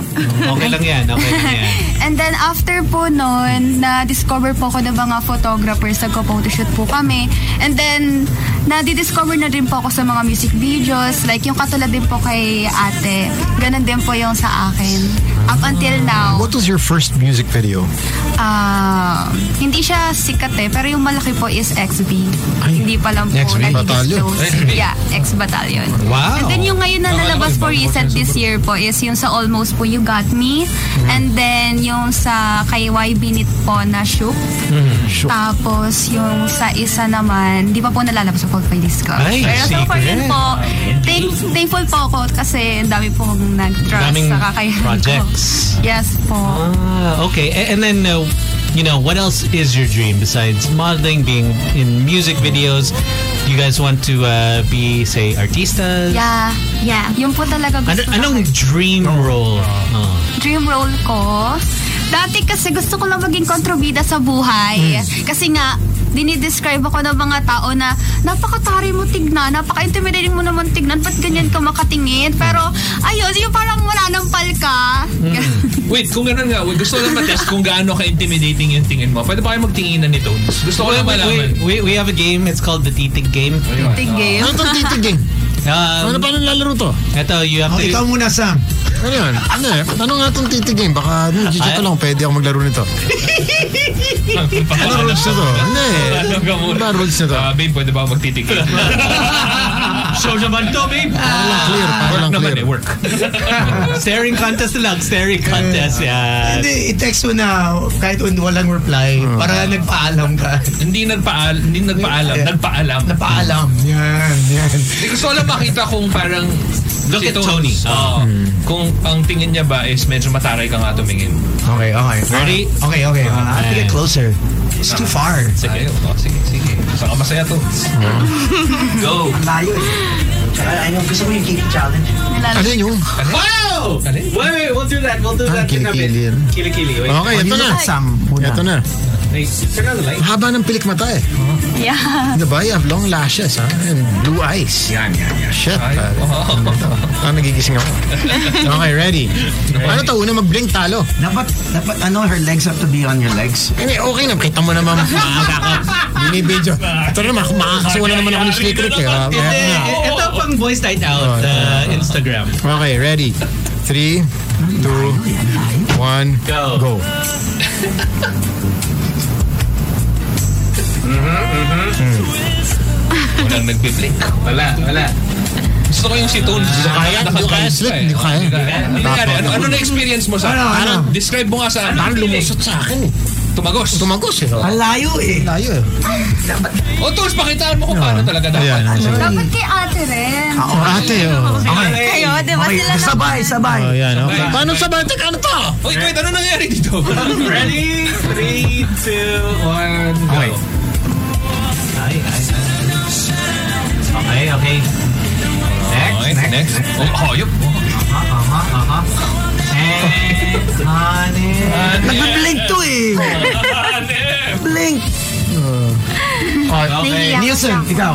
Speaker 6: Okay lang yan. Okay lang yan.
Speaker 11: And then after po noon, na-discover po ako ng mga photographers. Nagko-photoshoot po kami. And then, na-discover na rin po ako sa mga music videos. Like yung katulad din po kay ate. Ganun din po yung sa akin. Up until now,
Speaker 2: What was your first music video?
Speaker 11: ah, hindi siya sikat eh. Pero yung malaki po is XB. hindi pa lang po.
Speaker 2: XB?
Speaker 11: nadi-disclose.
Speaker 2: Batalyon.
Speaker 11: Yeah, X Battalion.
Speaker 6: Wow.
Speaker 11: And then yung ngayon na nalabas for recent this year po is yung sa Almost po, You Got Me.
Speaker 6: Hmm.
Speaker 11: And then yung sa kay Y Binit po na Shook.
Speaker 6: Hmm,
Speaker 11: Tapos yung sa isa naman, di pa po nalalabas sa Coldplay Disco.
Speaker 6: Ay,
Speaker 11: Pero so far
Speaker 6: secret.
Speaker 11: yun po, thank- thankful po ako kasi ang dami pong nag-trust
Speaker 6: Daming
Speaker 11: sa kakayahan ko.
Speaker 6: projects.
Speaker 11: Yes po.
Speaker 6: Ah, okay. A- And, then, uh, you know, what else is your dream besides modeling, being in music videos? You guys want to uh, be, say, artistas?
Speaker 11: Yeah.
Speaker 12: Yeah.
Speaker 11: Yun po talaga gusto
Speaker 6: Ano, anong
Speaker 11: ko.
Speaker 6: dream role? Oh.
Speaker 11: dream role ko. Dati kasi gusto ko lang maging kontrabida sa buhay.
Speaker 6: Hmm.
Speaker 11: Kasi nga, dinidescribe ako ng mga tao na napakatari mo tignan, napaka-intimidating mo naman tignan, ba't ganyan ka makatingin? Pero
Speaker 10: Ayun, yung parang wala nang palka.
Speaker 6: Hmm.
Speaker 4: Wait, kung ganun nga, wait, gusto ko lang matest kung gaano ka-intimidating yung tingin mo. Pwede ba kayo magtinginan ni Tones? Gusto ko lang
Speaker 6: Wait, wait,
Speaker 4: malaman.
Speaker 6: wait, we, have a game. It's called the Titig Game.
Speaker 10: Titig game? Ano
Speaker 2: itong titig game?
Speaker 6: Um,
Speaker 2: Ano ba nilalaro to?
Speaker 6: Ito, you
Speaker 13: Ah,
Speaker 6: have to...
Speaker 2: muna, Sam. Ano yun? Ano yun? Ano nga itong titig game? Baka, ano, chichik ko lang, pwede ako maglaro nito. Ano rules na to? Hindi. Ano rules na to?
Speaker 5: Uh,
Speaker 4: Ah, babe, pwede ba ako magtitigil? Show naman to, babe.
Speaker 6: Ah.
Speaker 2: clear, para lang clear.
Speaker 5: eh,
Speaker 4: work.
Speaker 6: staring contest na lang. Staring contest, yeah.
Speaker 13: Eh, ah. Hindi, i-text mo na kahit un- walang reply para nagpaalam ka.
Speaker 4: Hindi nagpaalam, hindi nagpaalam, nagpaalam.
Speaker 13: Nagpaalam. Yan, yan.
Speaker 4: Hindi, Gusto ko lang makita kung parang
Speaker 6: Look
Speaker 4: si
Speaker 6: at Tony.
Speaker 4: Oo. Hmm. Kung ang tingin niya ba is medyo mataray ka nga tumingin.
Speaker 13: Okay, okay.
Speaker 4: Ready?
Speaker 13: Okay, okay. Uh, I
Speaker 6: Ah,
Speaker 13: have to get
Speaker 6: eh.
Speaker 4: Ayan.
Speaker 13: closer. It's too far.
Speaker 4: Sige, oh, sige, sige. Saka masaya to. Go!
Speaker 13: Ang layo eh. Tsaka, ano, gusto ko yung game challenge.
Speaker 2: Ano yun?
Speaker 6: Wow! Wait, wait, we'll do that. We'll do that in a bit.
Speaker 2: kilikili yan.
Speaker 6: Kilikili. Wait.
Speaker 13: Oh,
Speaker 2: Okay, ito na. Ito na.
Speaker 6: Wait, turn on the light.
Speaker 2: Haba ng pilik mata eh.
Speaker 10: Yeah.
Speaker 2: Diba? You have long lashes, ha? And blue eyes.
Speaker 4: Yan, yan, yan.
Speaker 2: Shit.
Speaker 4: Ay, oh,
Speaker 2: pare.
Speaker 4: wow.
Speaker 2: Ah, nagigising ako. Okay, ready. Ano to? Una mag-blink talo.
Speaker 13: Dapat, dapat, ano, her legs have to be on your legs.
Speaker 2: Hindi, okay na. Kita mo naman maaga ka. Binibidyo. Ito na, mak- makakasuwa na naman ako ni Slick Rick. Eh. Ah,
Speaker 6: Hindi,
Speaker 2: meron na.
Speaker 6: eh, Ito pang boys night out.
Speaker 2: Oh,
Speaker 6: uh, Instagram.
Speaker 2: Okay, ready. Three, two, one,
Speaker 6: Go.
Speaker 2: go.
Speaker 4: Walang nagbiblink. Wala, wala. Gusto ko yung si Tones. Hindi
Speaker 2: kaya, hindi ko kaya, Slick, hindi ko kaya.
Speaker 4: eh. Hindi kaya. Ano, ano na experience mo sa
Speaker 13: Ano, ano?
Speaker 4: Describe mo nga sa akin.
Speaker 2: Parang lumusot sa akin eh.
Speaker 4: Tumagos.
Speaker 2: Tumagos eh. no?
Speaker 13: Ang layo eh.
Speaker 2: Layo eh.
Speaker 4: O Tones, pakitaan mo kung paano talaga
Speaker 2: Ayan,
Speaker 4: dapat.
Speaker 6: Hmm.
Speaker 2: sige.
Speaker 10: Dapat kay ate rin.
Speaker 2: Oh, ate, oh.
Speaker 11: Kayo, di ba
Speaker 13: Okay,
Speaker 11: sila na?
Speaker 13: sabay, sabay.
Speaker 2: Oh, yan, okay. Paano sa batik? Ano to?
Speaker 4: Uy, wait, ano nangyari dito?
Speaker 6: Ready? Three, two, one, go.
Speaker 4: Okay.
Speaker 6: Ay, ay, ay. Okay, okay.
Speaker 4: Okay, next. Oh, hayop.
Speaker 6: Aha, aha, aha. And, honey.
Speaker 13: Nagbe-blink to eh. Blink.
Speaker 10: Nahihiya ako
Speaker 13: Nielsen,
Speaker 10: siya.
Speaker 13: ikaw.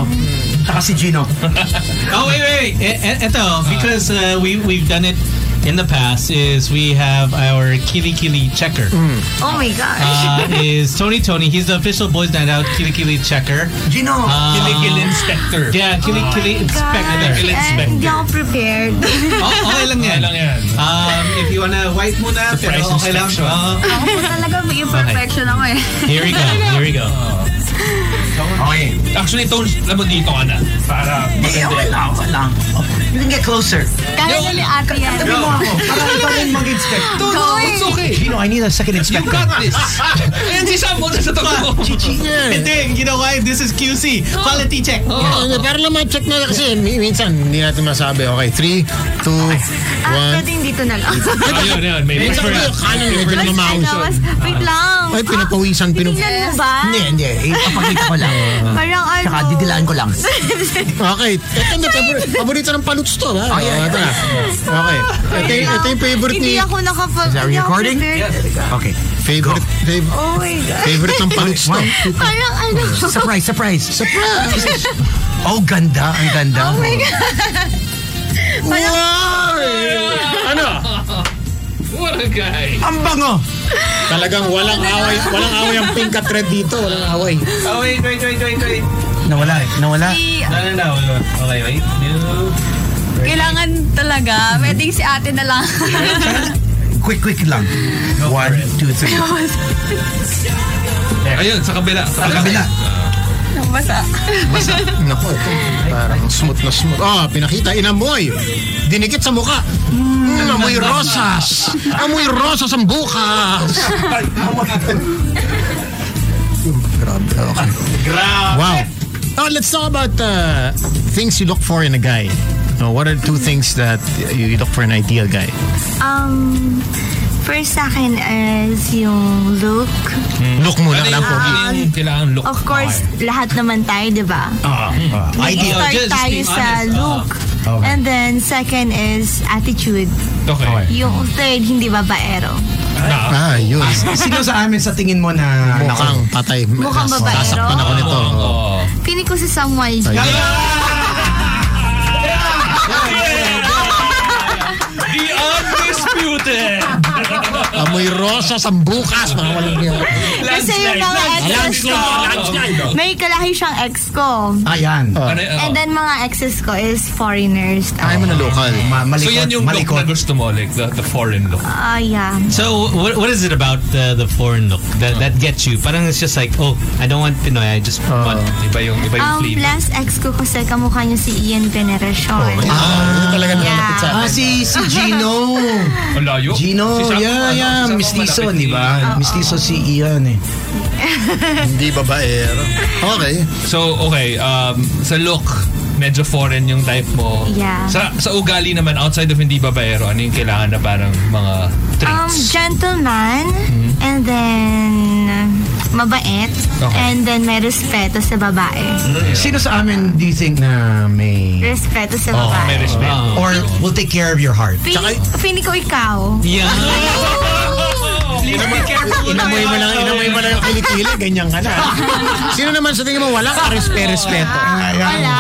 Speaker 13: Tsaka si Gino.
Speaker 6: Oh wait, wait, wait. E- e- Ito,
Speaker 5: Uh-huh.
Speaker 6: because uh, we we've done it in the past. Is we have our Kili Kili checker.
Speaker 5: Mm.
Speaker 11: Oh my gosh.
Speaker 6: Uh, is Tony Tony? He's the official Boys Night Out Kili Kili checker. Um,
Speaker 13: Gino.
Speaker 2: Ah,
Speaker 4: Kilikil inspector.
Speaker 6: Yeah, Kili
Speaker 5: Oh
Speaker 6: Kili
Speaker 10: Gosh,
Speaker 6: inspector.
Speaker 10: eh, hindi ako prepared.
Speaker 6: Oh, okay lang yan.
Speaker 4: Okay lang yan.
Speaker 6: Um, if you wanna wipe muna, pero
Speaker 4: Surprise
Speaker 6: okay lang. ah.
Speaker 4: inspection.
Speaker 6: Oo.
Speaker 10: ako po talaga may imperfection ako eh.
Speaker 6: here we go. Here we go. Oh.
Speaker 13: Okay.
Speaker 4: Actually, Tones, alam mo dito ka na. Para
Speaker 13: Hindi, okay
Speaker 4: maganda.
Speaker 13: lang, okay lang. Oh, You can get closer.
Speaker 10: Kaya na ni ate yan.
Speaker 13: Tabi mo ako. Parang ikaw rin mag-inspect.
Speaker 10: Go eh.
Speaker 4: okay.
Speaker 13: Gino, I need a second
Speaker 4: You
Speaker 13: inspector.
Speaker 4: got this. Ayan si Sam, muna sa tabi
Speaker 6: Ah,
Speaker 4: mo.
Speaker 6: Hindi, you know why? This is QC. Quality check.
Speaker 2: Oh, hindi, para lang ma-check na kasi mi- minsan hindi natin masabi. Okay, 3, 2, 1.
Speaker 11: Ah, pwedeng dito na lang.
Speaker 4: Ayun, ayun. May
Speaker 2: Minsan ko yung kanan medyo
Speaker 11: Mas, ano,
Speaker 2: lumaon.
Speaker 11: mas, wait lang.
Speaker 2: Ay, pinapawisan, pinup...
Speaker 11: Tingnan mo ba?
Speaker 13: Hindi, hindi. Ipapakita ko lang.
Speaker 11: Parang ano?
Speaker 13: Tsaka didilaan ko lang.
Speaker 2: Okay. Ito na, pabor- paborito ng paluts to, ha? Okay, ito na. Okay. Ito, yung- ito yung favorite ni...
Speaker 11: Hindi ako nakapag...
Speaker 13: Is that
Speaker 11: hindi ako
Speaker 13: recording?
Speaker 11: prepared.
Speaker 13: Okay.
Speaker 2: Favorite, fav-
Speaker 11: Oh my God.
Speaker 2: favorite ng paluts to.
Speaker 11: Parang ano?
Speaker 13: Surprise, surprise.
Speaker 2: Surprise!
Speaker 13: Oh, ganda. Ang ganda.
Speaker 11: Oh my God.
Speaker 2: Ano?
Speaker 4: What a guy.
Speaker 13: Ang bango.
Speaker 2: Talagang walang away. Walang away ang pink at red dito. Walang away.
Speaker 6: Oh, wait, wait, wait, wait, wait.
Speaker 13: Nawala eh. Nawala.
Speaker 10: Si-
Speaker 6: No, no, no. Okay, wait. New.
Speaker 10: Kailangan talaga. Pwedeng si ate na lang.
Speaker 13: Quick, quick lang. One, two, three.
Speaker 4: Ayun, sa kabila. Sa
Speaker 13: Kabila.
Speaker 10: Basa.
Speaker 2: Naku, ito. Parang smooth na smooth. Oh, pinakita. Inamoy. Dinikit sa mukha. Mm, amoy rosas. Amoy rosas ang bukas. Grabe. Okay. Wow. Oh, let's talk about uh, things you look for in a guy. Oh, what are two things that you you look for in an ideal guy?
Speaker 11: Um, first sa akin is yung look.
Speaker 13: Hmm.
Speaker 2: Look muna
Speaker 13: Ano
Speaker 2: lang po.
Speaker 4: Kailangan- Kailangan look.
Speaker 11: Of course, lahat naman tayo, di ba?
Speaker 6: Oh,
Speaker 11: Start
Speaker 6: just
Speaker 11: tayo
Speaker 6: be
Speaker 11: sa
Speaker 6: honest.
Speaker 11: look.
Speaker 13: Okay.
Speaker 11: And then, second is attitude.
Speaker 4: Okay.
Speaker 11: Yung third, hindi babaero.
Speaker 4: Na.
Speaker 2: Ah, yun.
Speaker 13: Sino sa amin sa tingin mo na... ano?
Speaker 2: Mukhang patay.
Speaker 11: Mukhang
Speaker 2: Tas-
Speaker 11: babaero.
Speaker 2: Tasakpan ako nito.
Speaker 4: Oo.
Speaker 11: Pili ko si Samuel.
Speaker 2: Ayun. Rosa Sambucas, mga walang
Speaker 11: Kasi yung mga exes ko,
Speaker 4: oh.
Speaker 11: may kalahi siyang ex ko.
Speaker 5: Ayan.
Speaker 2: Ah,
Speaker 4: Ano,
Speaker 11: And then mga exes ko is foreigners.
Speaker 2: I'm a
Speaker 4: local. so
Speaker 6: malikot,
Speaker 4: yan yung look na gusto mo, like the, the foreign look.
Speaker 11: Ah, yeah.
Speaker 6: So what, what is it about the the foreign look that that gets you? Parang it's just like oh I don't want Pinoy I just want
Speaker 4: Oh. iba yung iba
Speaker 11: Ang plus Um, ex ko kasi kamukha niya si Ian Veneracion.
Speaker 5: Ah,
Speaker 2: talaga
Speaker 11: nakalapit sa akin.
Speaker 5: Ah, si, si Gino.
Speaker 4: Ang layo.
Speaker 5: Gino,
Speaker 11: Si Sam-
Speaker 5: yeah,
Speaker 11: ano, si
Speaker 5: yeah.
Speaker 11: Sam
Speaker 5: Miss Liso,
Speaker 11: malapit
Speaker 5: di
Speaker 2: Ah,
Speaker 5: ba? Miss Liso si Ian eh.
Speaker 2: Ano Hindi babaero. Okay.
Speaker 4: So, okay, um, sa look, medyo foreign yung type mo.
Speaker 11: Yeah.
Speaker 4: Sa, sa ugali naman, outside of hindi babaero, ano yung kailangan na parang mga
Speaker 11: Um,
Speaker 4: traits?
Speaker 11: gentleman, and then um, mabait,
Speaker 5: Okay. Mm-hmm.
Speaker 11: and then may respeto sa babae.
Speaker 5: Sino sa amin do you think na may...
Speaker 11: Respeto sa babae.
Speaker 2: Ah.
Speaker 5: Oh. Or will take care of your heart.
Speaker 11: Feeling, feeling ko ikaw.
Speaker 5: Yeah.
Speaker 2: Inamoy, inamoy mo lang, inamoy mo lang yung kilikili, ganyan ka na. Sino naman sa tingin mo wala ka respeto?
Speaker 5: Ah,
Speaker 11: Wala.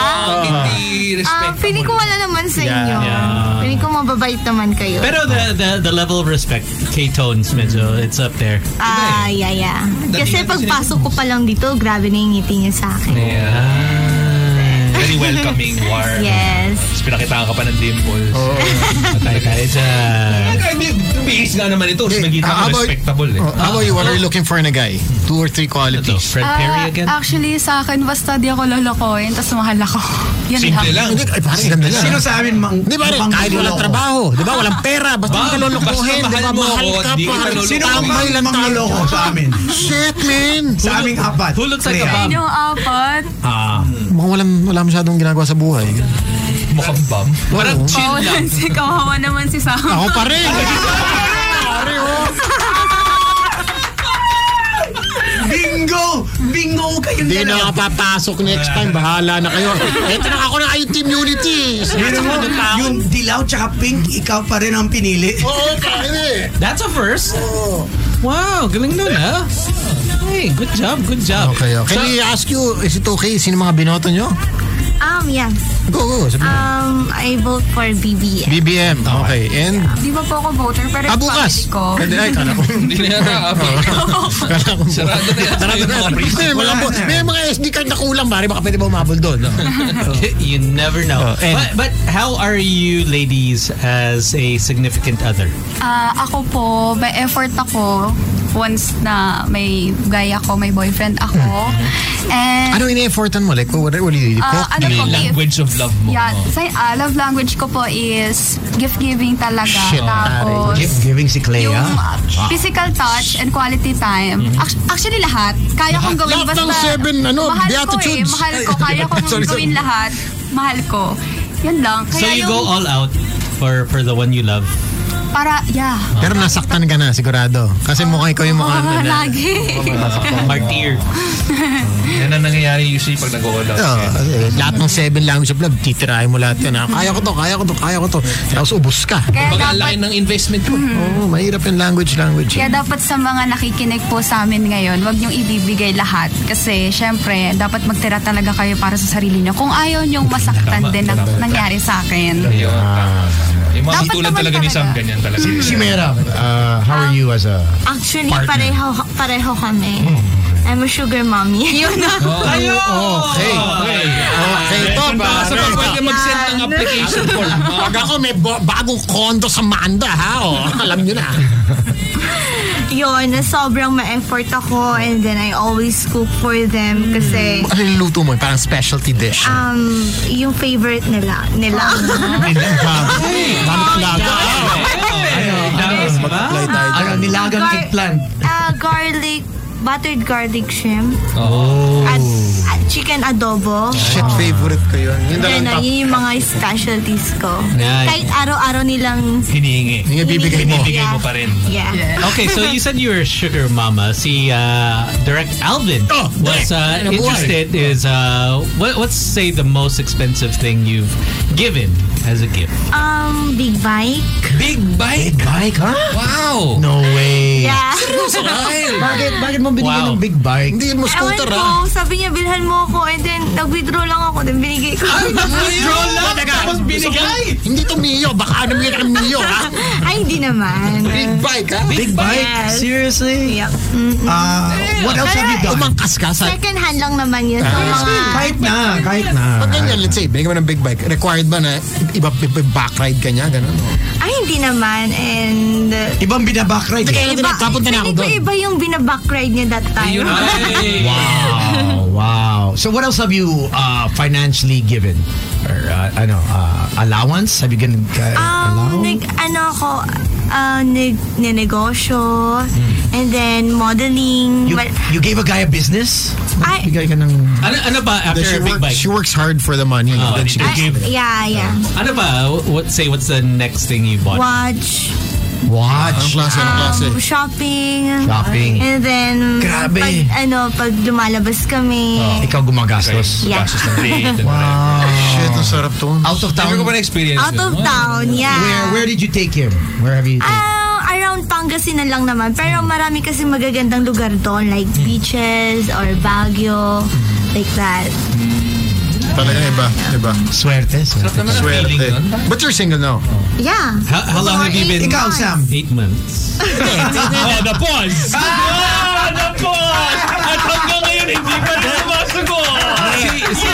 Speaker 4: Hindi
Speaker 11: Ah, feeling ko wala naman sa
Speaker 6: Yeah.
Speaker 11: inyo.
Speaker 6: Yeah.
Speaker 11: Feeling ko mababait naman kayo.
Speaker 6: Pero the the, the level of respect K tones medyo it's up there.
Speaker 11: Ah, yeah, yeah. Kasi pagpasok ko pa lang dito, grabe na yung ngiti niya sa akin.
Speaker 4: Very welcoming, warm.
Speaker 11: Yes.
Speaker 4: Tapos pinakitaan ka pa ng dimples.
Speaker 2: Oo.
Speaker 4: Matay tayo dyan.
Speaker 5: uh,
Speaker 4: Bihis nga naman ito. Tapos naging
Speaker 2: Ah, how about-
Speaker 4: respectable eh.
Speaker 2: Oh, How about you? What are you looking for in a guy? Two or three qualities.
Speaker 10: Ah, Actually, sa akin, basta di ako lolokohin, tas mahal ako. Yan
Speaker 2: Hindi, ay, pare, ganda lang.
Speaker 5: Sino sa amin mang...
Speaker 2: Di ba rin,
Speaker 5: mang-
Speaker 2: kahit walang
Speaker 5: mangloloko?
Speaker 2: trabaho, di ba, walang pera, basta
Speaker 5: Ba-
Speaker 2: ka lolokohin,
Speaker 5: basta
Speaker 2: di ba,
Speaker 5: mahal mo
Speaker 2: mahal ka
Speaker 5: ako, di
Speaker 2: pa.
Speaker 5: ka loloko.
Speaker 2: Sino
Speaker 5: Sino
Speaker 2: tambay
Speaker 5: mang-
Speaker 2: lang tayo.
Speaker 5: mangloloko sa amin?
Speaker 2: Shit, man.
Speaker 5: Sa aming apat. Who looks like a bum?
Speaker 10: Yung apat.
Speaker 2: Ah. Mukhang walang, wala masyadong ginagawa sa buhay.
Speaker 4: Mukhang bum?
Speaker 5: Ano,
Speaker 2: Parang
Speaker 10: Kawalan si, kawawa naman si Sam.
Speaker 2: Ako pa rin. oh.
Speaker 5: Bingo! Bingo kayo
Speaker 2: Hindi na kapapasok next time. Bahala na kayo. Ito na ako na kayo, Team Unity.
Speaker 5: Yun mo, yung dilaw tsaka pink, ikaw pa rin ang pinili.
Speaker 2: Oo, pare.
Speaker 6: That's a first. Wow, galing nun ah. Hey, good job, good job.
Speaker 2: Okay, okay. Can
Speaker 6: So-
Speaker 2: we ask you, is it okay? Sino mga binoto nyo?
Speaker 11: Um, yeah.
Speaker 2: Go, go. Sabi mo.
Speaker 11: Um, I vote for BBM.
Speaker 2: BBM. Okay. And
Speaker 10: Di ba po ako voter, pero
Speaker 2: Ah,
Speaker 10: yung
Speaker 2: bukas.
Speaker 10: family ko. Oh.
Speaker 2: Hindi, ay, kala ko. Hindi
Speaker 4: na yata, Apo.
Speaker 2: Sarado na yata. Sarado na yata. May mga po- May mga SD card na kulang, pare. Baka pwede ba umabol doon? no?
Speaker 6: you never know. but, but how are you ladies as a significant other?
Speaker 10: Ah, ako po, may effort ako once na may guy ako, may boyfriend ako. And
Speaker 5: ano
Speaker 2: Anong ine-effortan mo? Like, what, what do you do?
Speaker 10: Ah,
Speaker 2: Cook?
Speaker 10: ano
Speaker 2: Do you-
Speaker 10: po,
Speaker 4: Language of love mo.
Speaker 10: Yeah, sa ah, love language ko po is gift giving talaga.
Speaker 5: Shit,
Speaker 10: Tapos,
Speaker 5: pare. Gift giving si Clea.
Speaker 10: yung ah,
Speaker 5: Wow.
Speaker 10: physical touch and quality time. Act- Actually, lahat. Kaya kong gawin
Speaker 2: Lahat
Speaker 10: basta.
Speaker 2: ng seven, ano,
Speaker 10: mahal
Speaker 2: beatitudes.
Speaker 10: Ko eh, mahal ko. Kaya kong
Speaker 2: Sorry, sorry.
Speaker 10: gawin lahat. Mahal ko. Yan lang. Kaya
Speaker 6: so you
Speaker 10: yung,
Speaker 6: go all out for for the one you love.
Speaker 10: Para, yeah.
Speaker 2: Pero nasaktan ka na, sigurado. Kasi mukhang ikaw yung ano mukhang...
Speaker 10: Ah, lagi.
Speaker 6: Martyr.
Speaker 4: Yan ang nangyayari usually pag nag-all
Speaker 2: Oo,
Speaker 4: out.
Speaker 2: kasi Ah, eh, lahat ng seven language of love, titirahin mo lahat yun. ah. Kaya ko to, kaya ko to, kaya ko to. Tapos ubus ka.
Speaker 10: Kaya
Speaker 4: Baga,
Speaker 10: dapat,
Speaker 4: laki ng investment mo.
Speaker 2: Oo, mahirap yung language, language.
Speaker 10: kaya dapat sa mga nakikinig po sa amin ngayon, wag niyong ibibigay lahat. Kasi, syempre, dapat magtira talaga kayo para sa sarili niyo. Kung ayaw niyong masaktan
Speaker 4: Tama,
Speaker 10: din ang
Speaker 4: tama.
Speaker 10: nangyari sa akin.
Speaker 6: Ah,
Speaker 4: Ayun, tama, tama. Yung mga
Speaker 10: Dapat
Speaker 4: tutulad
Speaker 10: naman
Speaker 4: talaga ni Sam,
Speaker 10: talaga.
Speaker 4: ganyan talaga.
Speaker 5: Si Mera, uh, how are you as a...
Speaker 11: Actually,
Speaker 5: Partner.
Speaker 11: pareho, pareho kami. I'm a sugar mommy. Yun na.
Speaker 2: Okay.
Speaker 4: Oh,
Speaker 2: Okay.
Speaker 5: Ah,
Speaker 2: Okay to, pare.
Speaker 4: pwede mag-send ng application form.
Speaker 2: Pag ako may bo- bagong kondo sa Manda, ha? O, alam nyo na.
Speaker 11: Yun, na sobrang ma-effort ako and then I always cook for them kasi
Speaker 2: Ano yung luto mo? Parang specialty dish.
Speaker 10: Ah.
Speaker 11: um, yung favorite nila. nila.
Speaker 2: Dami kong laga.
Speaker 5: Ah,
Speaker 2: Mag-apply tayo
Speaker 5: Ano, nilagang
Speaker 11: Gar-
Speaker 5: eggplant.
Speaker 11: Ah, garlic, buttered garlic shrimp
Speaker 4: Oh.
Speaker 11: at, at chicken adobo.
Speaker 2: Shit, favorite ko yun. Yun
Speaker 11: Yan
Speaker 2: dalang
Speaker 11: na,
Speaker 2: top.
Speaker 11: yun yung mga specialties ko.
Speaker 6: Nice.
Speaker 11: Kahit araw-araw nilang
Speaker 4: Hinihingi.
Speaker 2: Yung bibigay mo.
Speaker 4: Bibigay mo pa rin.
Speaker 11: Yeah.
Speaker 6: Oh. Okay, so you said you were a sugar mama. See, uh, Direct Alvin
Speaker 2: Oh,
Speaker 6: was
Speaker 2: Direk.
Speaker 6: uh,
Speaker 2: Ano buhay?
Speaker 6: interested is uh, what, what's say the most expensive thing you've given as a gift?
Speaker 11: Um, Big Bike.
Speaker 4: Big Bike?
Speaker 5: Big Bike, ha?
Speaker 4: Wow!
Speaker 5: No way.
Speaker 11: Yeah.
Speaker 5: Seryoso, Kyle? Bakit, bakit mo binigyan
Speaker 2: Wow.
Speaker 5: ng Big Bike?
Speaker 2: Hindi mo scooter,
Speaker 11: Ewan
Speaker 2: ha?
Speaker 11: ko, sabi niya, bilhan mo ako. And then, nag-withdraw lang ako. Then, binigay ko.
Speaker 2: Withdraw lang? Tapos binigay? Hindi to Mio. Baka ano bigyan ka ng Mio, ha?
Speaker 11: Ay, hindi naman.
Speaker 2: Big bike, ha?
Speaker 11: Big bike? Yes.
Speaker 5: Seriously?
Speaker 11: Yep. Mm-mm.
Speaker 13: Ah, what else have you done?
Speaker 2: Umangkas ka sa...
Speaker 11: Second hand lang naman yun. So,
Speaker 2: Ah.
Speaker 11: mga...
Speaker 13: Kahit na, kahit na.
Speaker 2: Pag ganyan, let's say, bigyan mo ng big bike, required ba na iba, iba back ride ka niya? Ganun, o?
Speaker 11: Ay, hindi naman. And... uh,
Speaker 13: Ibang binaback
Speaker 5: eh.
Speaker 13: ride.
Speaker 2: Kaya
Speaker 11: iba-
Speaker 2: tinatapon ka na ako
Speaker 11: feeling ko
Speaker 2: doon. ah.
Speaker 11: Iba yung binaback-ride niya that time.
Speaker 5: Wow, wow. So what else have you uh, financially given? Or uh, ano, uh, allowance? Have you given uh,
Speaker 11: Um,
Speaker 5: allowance?
Speaker 11: nag, ano ako, uh, nag, ninegosyo,
Speaker 2: Hmm.
Speaker 11: and then modeling.
Speaker 5: You,
Speaker 11: but,
Speaker 5: you gave a guy a business?
Speaker 11: I-
Speaker 5: Bigay ka ng...
Speaker 6: Ano, ano ba after
Speaker 2: She,
Speaker 6: a big
Speaker 2: work,
Speaker 6: bike?
Speaker 2: she works hard for the money.
Speaker 6: Oh,
Speaker 2: then she
Speaker 6: I-
Speaker 2: gives it.
Speaker 11: ah, yeah, yeah.
Speaker 6: Ano ba? What say? What's the next thing you bought?
Speaker 11: Watch,
Speaker 2: Anong
Speaker 5: Watch.
Speaker 2: klase, anong klase?
Speaker 11: um, shopping.
Speaker 5: Shopping.
Speaker 11: And then,
Speaker 5: Grabe.
Speaker 11: pag, ano, pag lumalabas kami.
Speaker 2: Oh,
Speaker 5: Ikaw gumagastos.
Speaker 11: Yeah.
Speaker 4: Gastos ng date. and
Speaker 2: Ah.
Speaker 5: Wow.
Speaker 2: Shit, ang sarap to.
Speaker 5: Out of
Speaker 4: Sabi
Speaker 5: town?
Speaker 4: ko pa na-experience
Speaker 11: Out of town, yeah.
Speaker 5: Where, where did you take him? Where have you...
Speaker 11: Ah, around Pangasinan lang naman. Pero marami kasi magagandang lugar doon. Like beaches or Baguio. Like that.
Speaker 2: Talaga iba, iba.
Speaker 5: Swerte, swerte.
Speaker 2: Ano
Speaker 4: naman ang feeling
Speaker 2: Swerte.
Speaker 4: nun.
Speaker 2: But you're single now.
Speaker 11: Yeah.
Speaker 6: How, how long have you been?
Speaker 13: Ikaw, Sam.
Speaker 6: Eight months.
Speaker 4: Oh, the pause! Ah, the pause! At hanggang ngayon, hindi pa rin sumasagot! Si, si,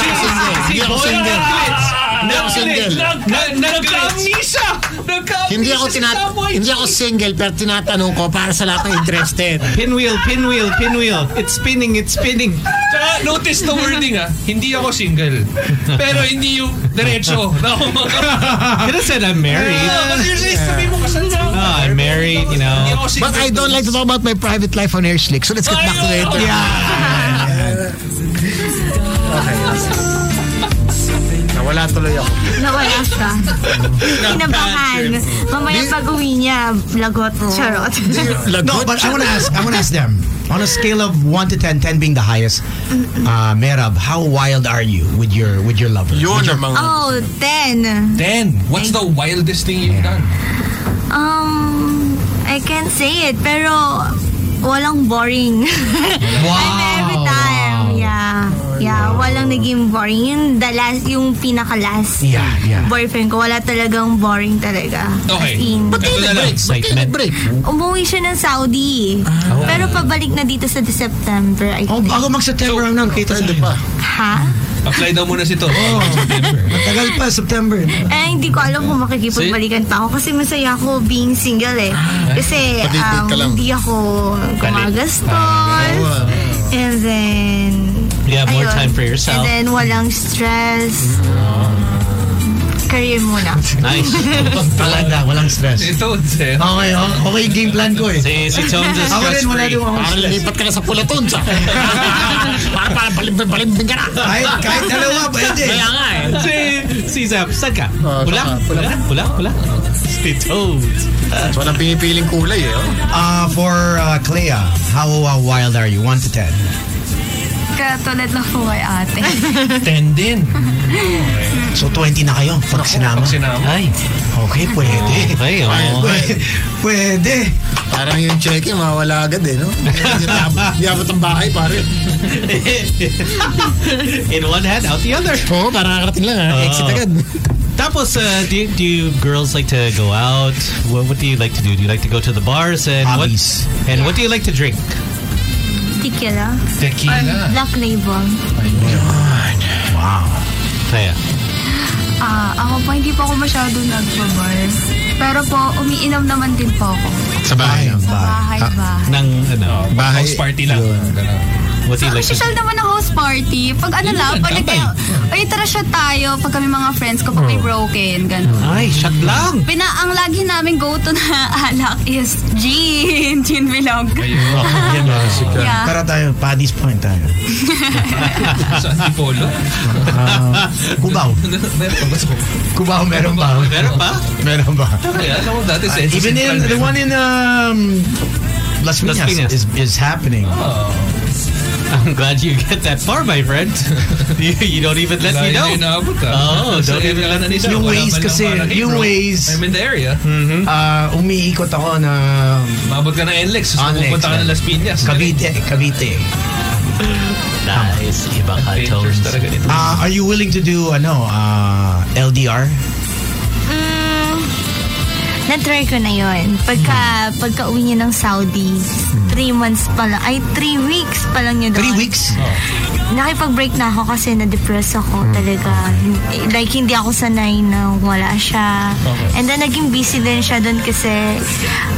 Speaker 4: si, si,
Speaker 2: Hindi ako single.
Speaker 5: Ah,
Speaker 2: Hindi ako single.
Speaker 4: Nagka-amnesia! Nagka-amnesia
Speaker 2: Hindi ako
Speaker 4: si
Speaker 2: tinat
Speaker 4: Samoy.
Speaker 2: hindi ako single pero tinatanong ko para sa lahat ng interested.
Speaker 3: Pinwheel, pinwheel, pinwheel. It's spinning, it's spinning.
Speaker 4: Tsaka, notice the wording ah. Hindi ako single. Pero hindi yung diretso na ako magka-
Speaker 6: Could have said I'm married.
Speaker 4: Kasi usually sabi mo kasal na ako.
Speaker 6: Oh, I'm married, you
Speaker 4: Hindi
Speaker 6: know.
Speaker 4: ako single.
Speaker 2: But I don't like to talk about my private life on air slick. So let's get back to the interview. Okay. Nawala tuloy ako.
Speaker 11: Nawala siya. Kinabahan. Mamaya pag uwi niya, lagot. Charot.
Speaker 13: No, but I want to ask. I want to ask them. On a scale of one to 10, 10 being the highest,
Speaker 5: Uh, Merab, how wild are you with your with your lover?
Speaker 2: Yun ang mga...
Speaker 11: oh, ten.
Speaker 4: Then, what's the wildest thing you've done?
Speaker 11: Um, I can't say it, pero walang boring.
Speaker 5: Wow.
Speaker 11: I mean, every time. Yeah. Yeah, walang naging boring. Yun, the last, yung pinaka-last
Speaker 5: Yeah, yeah.
Speaker 11: boyfriend ko, wala talagang boring talaga.
Speaker 4: Okay.
Speaker 11: As in,
Speaker 4: But Ito na lang.
Speaker 2: Excitement. Break.
Speaker 11: umuwi siya ng Saudi.
Speaker 6: Ah.
Speaker 11: Pero pabalik na dito sa September, I
Speaker 5: Oh,
Speaker 11: think.
Speaker 5: bago mag-September ang nang kita
Speaker 2: Pwede
Speaker 5: sa'yo.
Speaker 2: pa.
Speaker 11: Ha?
Speaker 4: Apply daw muna si to. Oh.
Speaker 5: Matagal pa, September.
Speaker 11: Eh, hindi ko alam kung makikipagbalikan pa ako kasi masaya ako being single eh.
Speaker 6: Ah.
Speaker 11: Kasi
Speaker 2: Patitid
Speaker 11: um,
Speaker 2: ka lang.
Speaker 11: hindi ako gumagastos. And then...
Speaker 6: Ah, You have more
Speaker 11: ayun.
Speaker 6: time for yourself. Ah.
Speaker 11: And then walang stress. Career muna.
Speaker 6: Nice.
Speaker 5: Palanda, walang stress.
Speaker 4: Ito, eh.
Speaker 5: Okay, okay, okay yung game plan ko eh.
Speaker 6: Si, si Tones is
Speaker 5: Ako rin, wala
Speaker 6: stress-free.
Speaker 5: din akong
Speaker 2: Parang
Speaker 5: stress.
Speaker 2: lipat ka na sa pulaton sa. Parang parang balimbing ka na.
Speaker 13: kahit, kahit dalawa, pwede.
Speaker 6: Kaya nga eh. Si, si Zap, saan ka?
Speaker 2: Oh,
Speaker 6: Pula?
Speaker 2: saan ka?
Speaker 6: Pula? Pula? Pula? Si Tones.
Speaker 2: So walang pinipiling kulay eh. oh.
Speaker 5: Uh, for uh, Clea, how uh, wild are you? 1 to 10.
Speaker 10: Katulad lang po kay ate.
Speaker 4: Ten din.
Speaker 5: So 20 na kayo pag sinama.
Speaker 4: Pag sinama.
Speaker 6: Ay.
Speaker 5: Okay, pwede.
Speaker 6: Okay, oh.
Speaker 5: Pwede. Pwede.
Speaker 2: Parang yung check yung mawala agad eh. No? Hindi abot ang bahay pare.
Speaker 6: In one hand, out the other.
Speaker 2: Oo, parang nakarating lang ha.
Speaker 5: Ah.
Speaker 2: Exit agad.
Speaker 6: Tapos, uh, do, do you girls like to go out? What, what do you like to do? Do you like to go to the bars? And
Speaker 5: Hobbies.
Speaker 6: what And what do you like to drink?
Speaker 11: Tequila.
Speaker 4: Tequila.
Speaker 11: Black label.
Speaker 6: Kaya.
Speaker 10: Ah, ako po, hindi po ako masyado nagbabar. Pero po, umiinom naman din po ako.
Speaker 2: Sa bahay.
Speaker 5: Ayun
Speaker 10: Sa
Speaker 5: ba?
Speaker 10: bahay ba?
Speaker 6: Nang, ano,
Speaker 2: Bahay.
Speaker 4: House party lang. Ganun.
Speaker 6: what do you
Speaker 10: Ang
Speaker 6: like to
Speaker 10: social naman ng house party. Pag ano lang, pag nag- ay tara siya tayo pag kami mga friends ko pag may broken,
Speaker 5: Hmm.
Speaker 10: ganun.
Speaker 6: Ay, shot lang.
Speaker 10: Pina, ang lagi namin go-to na alak is gin. Gin bilog.
Speaker 5: Yan
Speaker 4: Ah,
Speaker 5: ba?
Speaker 10: Yeah.
Speaker 5: Tara tayo, Paddy's Point tayo.
Speaker 4: Sa Antipolo.
Speaker 5: Kubaw.
Speaker 4: Meron pa ba sa
Speaker 5: Kubaw, meron ba?
Speaker 6: Meron ba?
Speaker 5: Meron ba?
Speaker 4: Kaya alam mo dati sa NC
Speaker 5: Even
Speaker 4: Central,
Speaker 5: in, the
Speaker 4: meron.
Speaker 5: one in um, Las Piñas,
Speaker 6: Las Piñas.
Speaker 5: Is, is happening.
Speaker 4: Oh.
Speaker 6: I'm glad you get that far, my friend. you, you don't even let me know.
Speaker 4: ah.
Speaker 6: Oh, don't even let me know.
Speaker 5: Yung ways kasi, yung ways.
Speaker 4: I'm in the area.
Speaker 5: Ah, umiikot ako na...
Speaker 4: Mabot ka na NLEX.
Speaker 5: Ah,
Speaker 4: Tapos
Speaker 5: NLEX,
Speaker 4: pupunta ka na
Speaker 5: yeah.
Speaker 4: Las Piñas.
Speaker 5: Cavite, Cavite.
Speaker 6: Nice. Iba ka, Tones.
Speaker 5: Ah, are you willing to do, ano, ah, LDR?
Speaker 11: Mm, na-try ko na yon. Pagka, pagka uwi niya ng Saudi, three months pa lang, ay three weeks pa lang yun. Three
Speaker 5: weeks?
Speaker 6: Oh.
Speaker 11: Nakipag-break na ako kasi na-depress ako talaga. Eh, Like, hindi ako sanay na wala siya.
Speaker 14: Okay.
Speaker 11: And then, naging busy din siya doon kasi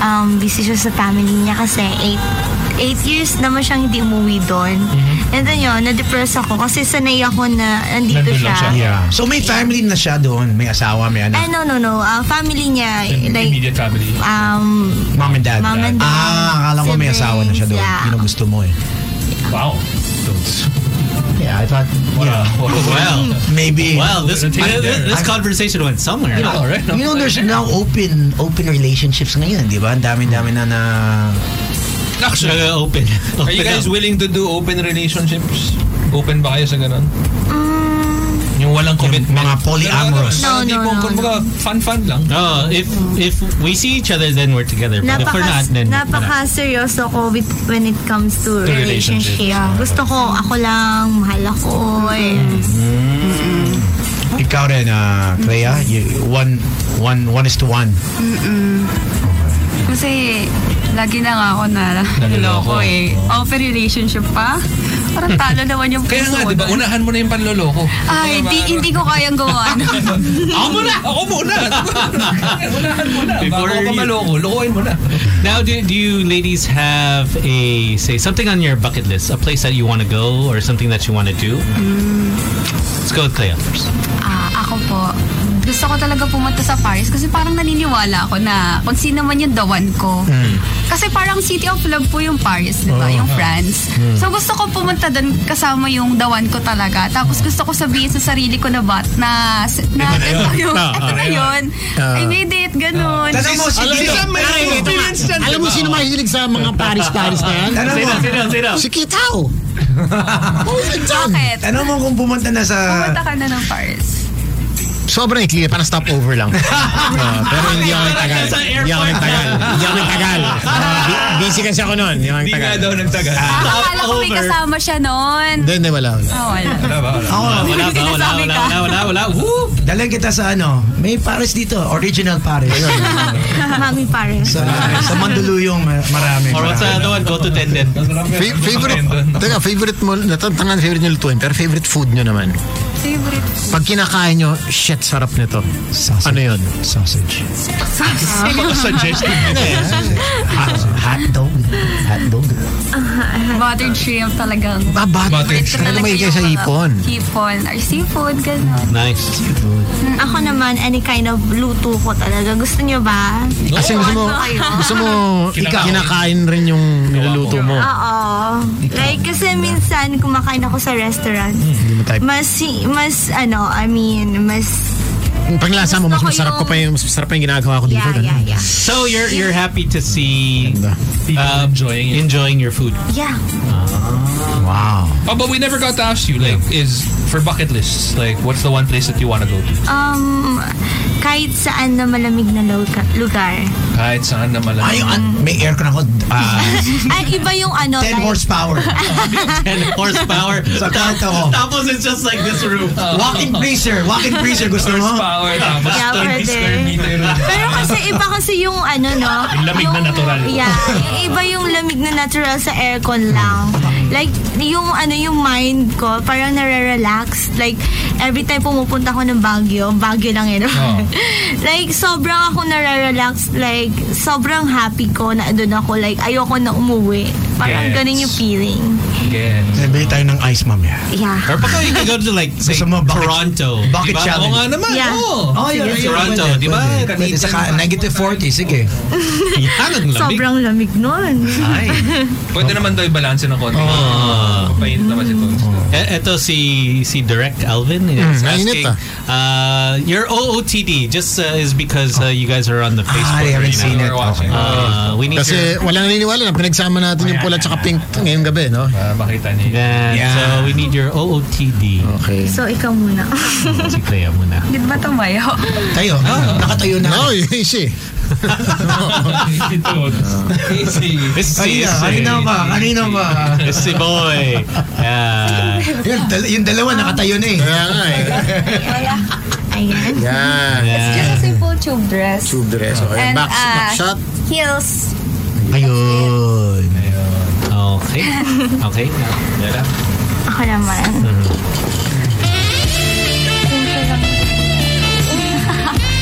Speaker 11: um, busy siya sa family niya kasi eight, eight years naman siyang hindi umuwi doon. And then yun, na-depress ako kasi sanay ako na andito siya.
Speaker 5: Yeah. So may family na siya doon. May asawa, may anak.
Speaker 11: Ay, no, no, no. Ah, family niya, like,
Speaker 5: Immediate family.
Speaker 11: um,
Speaker 5: Mom and dad.
Speaker 11: Mom and dad.
Speaker 5: Ah, akala ko may asawa na siya doon.
Speaker 11: yeah.
Speaker 5: Yun ang gusto mo eh.
Speaker 4: Wow.
Speaker 5: Yeah, I thought, yeah.
Speaker 6: Well,
Speaker 5: maybe.
Speaker 6: Well, this,
Speaker 5: I-
Speaker 6: this
Speaker 5: I-
Speaker 6: conversation went somewhere.
Speaker 5: You know, you know, there's now open open relationships ngayon, di ba? Ang dami-dami na na...
Speaker 4: Actually,
Speaker 6: uh, open.
Speaker 4: Are you guys willing to do open relationships? Open ba kayo sa ganun? Yung walang commitment.
Speaker 5: mga polyamorous.
Speaker 4: No, no, no. Fun-fun lang.
Speaker 6: Oh, if if we see each other, then we're together. But if we're not,
Speaker 11: Napaka,
Speaker 6: then
Speaker 11: napaka seryoso ko with, when it comes
Speaker 6: To
Speaker 11: to relationship.
Speaker 6: relationships.
Speaker 11: Yeah. Gusto ko, ako lang, mahal ako. eh. and-
Speaker 5: Ikaw rin, ah, Clea, you, one, one, one is to one.
Speaker 15: Mm-mm. Kasi lagi na nga ako na naloloko
Speaker 5: Naloloko.
Speaker 15: eh. Open relationship pa. Parang talo naman yung
Speaker 4: Kaya
Speaker 15: puso
Speaker 4: nga,
Speaker 15: ko
Speaker 4: di ba?
Speaker 15: nun.
Speaker 4: Unahan mo na yung panloloko.
Speaker 15: Ay, di, hindi ko kayang gawa.
Speaker 4: Ako muna! Ako muna! Unahan mo na. Bago ka maloko, lokohin mo na.
Speaker 6: Now, do, do you ladies have a say something on your bucket list, a place that you want to go or something that you want to do?
Speaker 11: Mm.
Speaker 6: Let's go with Clea first.
Speaker 15: Ah, ako po, gusto ko talaga pumunta sa Paris kasi parang naniniwala ako na kung sino man yung the one ko. Kasi parang City of Love po yung Paris, di ba?
Speaker 14: Hmm. Oo.
Speaker 15: yung France.
Speaker 14: Mm.
Speaker 15: So gusto ko pumunta doon kasama yung the one ko talaga. Tapos gusto ko sabihin sa sarili ko na bat na, na
Speaker 14: Ito na
Speaker 15: ito
Speaker 14: yun.
Speaker 15: yung,
Speaker 14: Ah,
Speaker 15: ito
Speaker 14: ah,
Speaker 15: na yun.
Speaker 14: ah.
Speaker 15: I made it, ganun.
Speaker 14: Tanong mo si Alam Tito. mo, Sam, may Alam mo, experience yan, alam mo diba? sino
Speaker 2: mahilig sa mga Paris-Paris na yan?
Speaker 5: Tanong mo.
Speaker 2: Si Kitaw.
Speaker 15: Bakit?
Speaker 5: Tanong mo kung pumunta na sa...
Speaker 15: Pumunta ka na ng Paris.
Speaker 2: Sobrang ikli, parang stopover lang. Ah, pero hindi ako nagtagal. Hindi ako nagtagal. Hindi ako nagtagal. Ah, bu- busy kasi ako noon. Hindi ako
Speaker 4: Hindi
Speaker 2: nagtagal.
Speaker 4: nga daw nagtagal.
Speaker 11: Ah,
Speaker 15: Ah, Akala ko may kasama siya noon.
Speaker 2: Hindi, hindi, wala. wala.
Speaker 15: Ah, wala.
Speaker 5: wala,
Speaker 15: Hindi
Speaker 5: wala,
Speaker 15: sinasabi
Speaker 5: wala,
Speaker 15: ka.
Speaker 6: ah.
Speaker 5: wala, wala, wala. Woo! Dalhin kita sa ano, may Paris dito, original Paris.
Speaker 11: Mami Paris.
Speaker 5: sa, sa Mandaluyong eh, marami.
Speaker 6: Or what's the
Speaker 5: marami.
Speaker 4: ano,
Speaker 6: other one? Go to Tenden.
Speaker 2: Fa- favorite, teka, favorite mo, natantangan favorite nyo lutuin, pero favorite food nyo naman.
Speaker 15: Favorite.
Speaker 2: Pag kinakain nyo, shit, sarap nito. Ano yun?
Speaker 5: Sausage.
Speaker 2: Suggestion.
Speaker 5: Hot, hot dog. Hot dog.
Speaker 11: Ah.
Speaker 15: Buttered shrimp talagang.
Speaker 2: Ah,
Speaker 5: Buttered shrimp.
Speaker 15: talaga
Speaker 5: May
Speaker 15: yung
Speaker 5: sa
Speaker 15: mga
Speaker 5: hipon.
Speaker 15: Hipon or seafood, gano'n.
Speaker 6: Nice.
Speaker 11: Mm, ako naman, any kind of luto ko talaga. Gusto niyo ba?
Speaker 2: Kasi gusto mo,
Speaker 11: ano
Speaker 2: gusto mo,
Speaker 11: Kinakain.
Speaker 2: kinakain rin yung niluluto mo.
Speaker 11: Oo. Like, kasi minsan kumakain ako sa restaurant.
Speaker 5: Hmm.
Speaker 2: Hindi mo type.
Speaker 11: Mas, si- mas, ano, I mean, mas... Ah,
Speaker 2: Yung Panglasa mo, mas masarap ko pa yung, mas masarap pa yung ginagawa ko dito.
Speaker 11: Yeah,
Speaker 2: ganun.
Speaker 11: yeah, yeah.
Speaker 6: So you're you're happy to see um, enjoying enjoying your food.
Speaker 11: Yeah.
Speaker 5: Wow.
Speaker 4: Oh, but we never got to ask you, like, is for bucket lists, like, what's the one place that you want to go to?
Speaker 11: Um, kahit saan na malamig na lugar. lugar.
Speaker 4: Kahit saan na malamig.
Speaker 5: Ay, an- may aircon ako. ah,
Speaker 11: Ay, iba yung ano.
Speaker 5: 10 horsepower.
Speaker 6: 10 horsepower.
Speaker 5: Sa kwarto ko.
Speaker 6: Tapos it's just like this room.
Speaker 5: Walk-in freezer. Walk-in freezer gusto mo?
Speaker 4: Horsepower. Tapos
Speaker 11: Yeah,
Speaker 4: 30
Speaker 11: pwede.
Speaker 4: square meter.
Speaker 11: Pero kasi iba kasi yung ano, no?
Speaker 4: Yung lamig na natural.
Speaker 11: Yeah. Yung iba yung lamig na natural sa aircon lang. Like, yung ano, yung mind ko, parang nare-relax. Like, every time pumupunta ko ng Baguio, Baguio lang yun.
Speaker 4: Oh.
Speaker 14: Oo.
Speaker 11: like, sobrang ako nare-relax. Like, sobrang happy ko na doon ako. Like, ayoko na umuwi. Parang
Speaker 5: Yes.
Speaker 11: ganun yung feeling.
Speaker 4: Yes.
Speaker 5: Nabili tayo ng ice, ma'am. Yeah.
Speaker 11: Yeah.
Speaker 6: Or baka you can go to like say, Toronto.
Speaker 5: Bucket
Speaker 6: Diba? Oo
Speaker 5: challenge.
Speaker 6: nga naman.
Speaker 11: Yeah.
Speaker 6: oo.
Speaker 5: Oh, yun, yun,
Speaker 6: Toronto,
Speaker 5: pwede,
Speaker 6: di ba?
Speaker 5: pwede. Pwede, saka negative 40, sige.
Speaker 6: Yan ang lamig.
Speaker 11: Sobrang lamig nun.
Speaker 4: Ah.
Speaker 6: Ay.
Speaker 4: Pwede naman daw i-balance ng konti.
Speaker 6: Oh.
Speaker 4: Papainit naman si Tones.
Speaker 6: E- Eto Eh, si si Direct Alvin Yeah, he's
Speaker 2: Mm, mainit
Speaker 6: asking, uh, your OOTD just uh, is because uh, you guys are on the
Speaker 5: Ah,
Speaker 6: Facebook.
Speaker 2: I haven't
Speaker 6: you know,
Speaker 2: seen
Speaker 6: we're
Speaker 2: it.
Speaker 6: watching. Uh, we need
Speaker 2: Kasi
Speaker 6: your,
Speaker 2: walang naniniwala na pinagsama natin yung pula tsaka pink ngayong gabi, no?
Speaker 4: Para ah, makita niya.
Speaker 6: Yeah, So uh, we need your OOTD.
Speaker 2: Okay.
Speaker 11: So, ikaw muna.
Speaker 6: Si Clea muna.
Speaker 5: Oh,
Speaker 11: Di ba tumayo?
Speaker 2: Tayo.
Speaker 5: Ah, Nakatayo na.
Speaker 2: No, yung isi.
Speaker 4: Easy.
Speaker 5: Kanina, kanina ba? Kanina ba?
Speaker 6: Si Boy. Yeah.
Speaker 5: yung, dal- yung dalawa nakatayo na eh.
Speaker 2: Kaya nga eh.
Speaker 11: Ayan.
Speaker 2: Yan.
Speaker 11: It's just a simple tube dress.
Speaker 2: Tube dress. Okay.
Speaker 11: And,
Speaker 2: back,
Speaker 11: uh,
Speaker 2: back shot.
Speaker 11: Heels.
Speaker 5: Ayun.
Speaker 6: Okay. Okay. Yeah.
Speaker 11: Ako naman.
Speaker 2: Mm.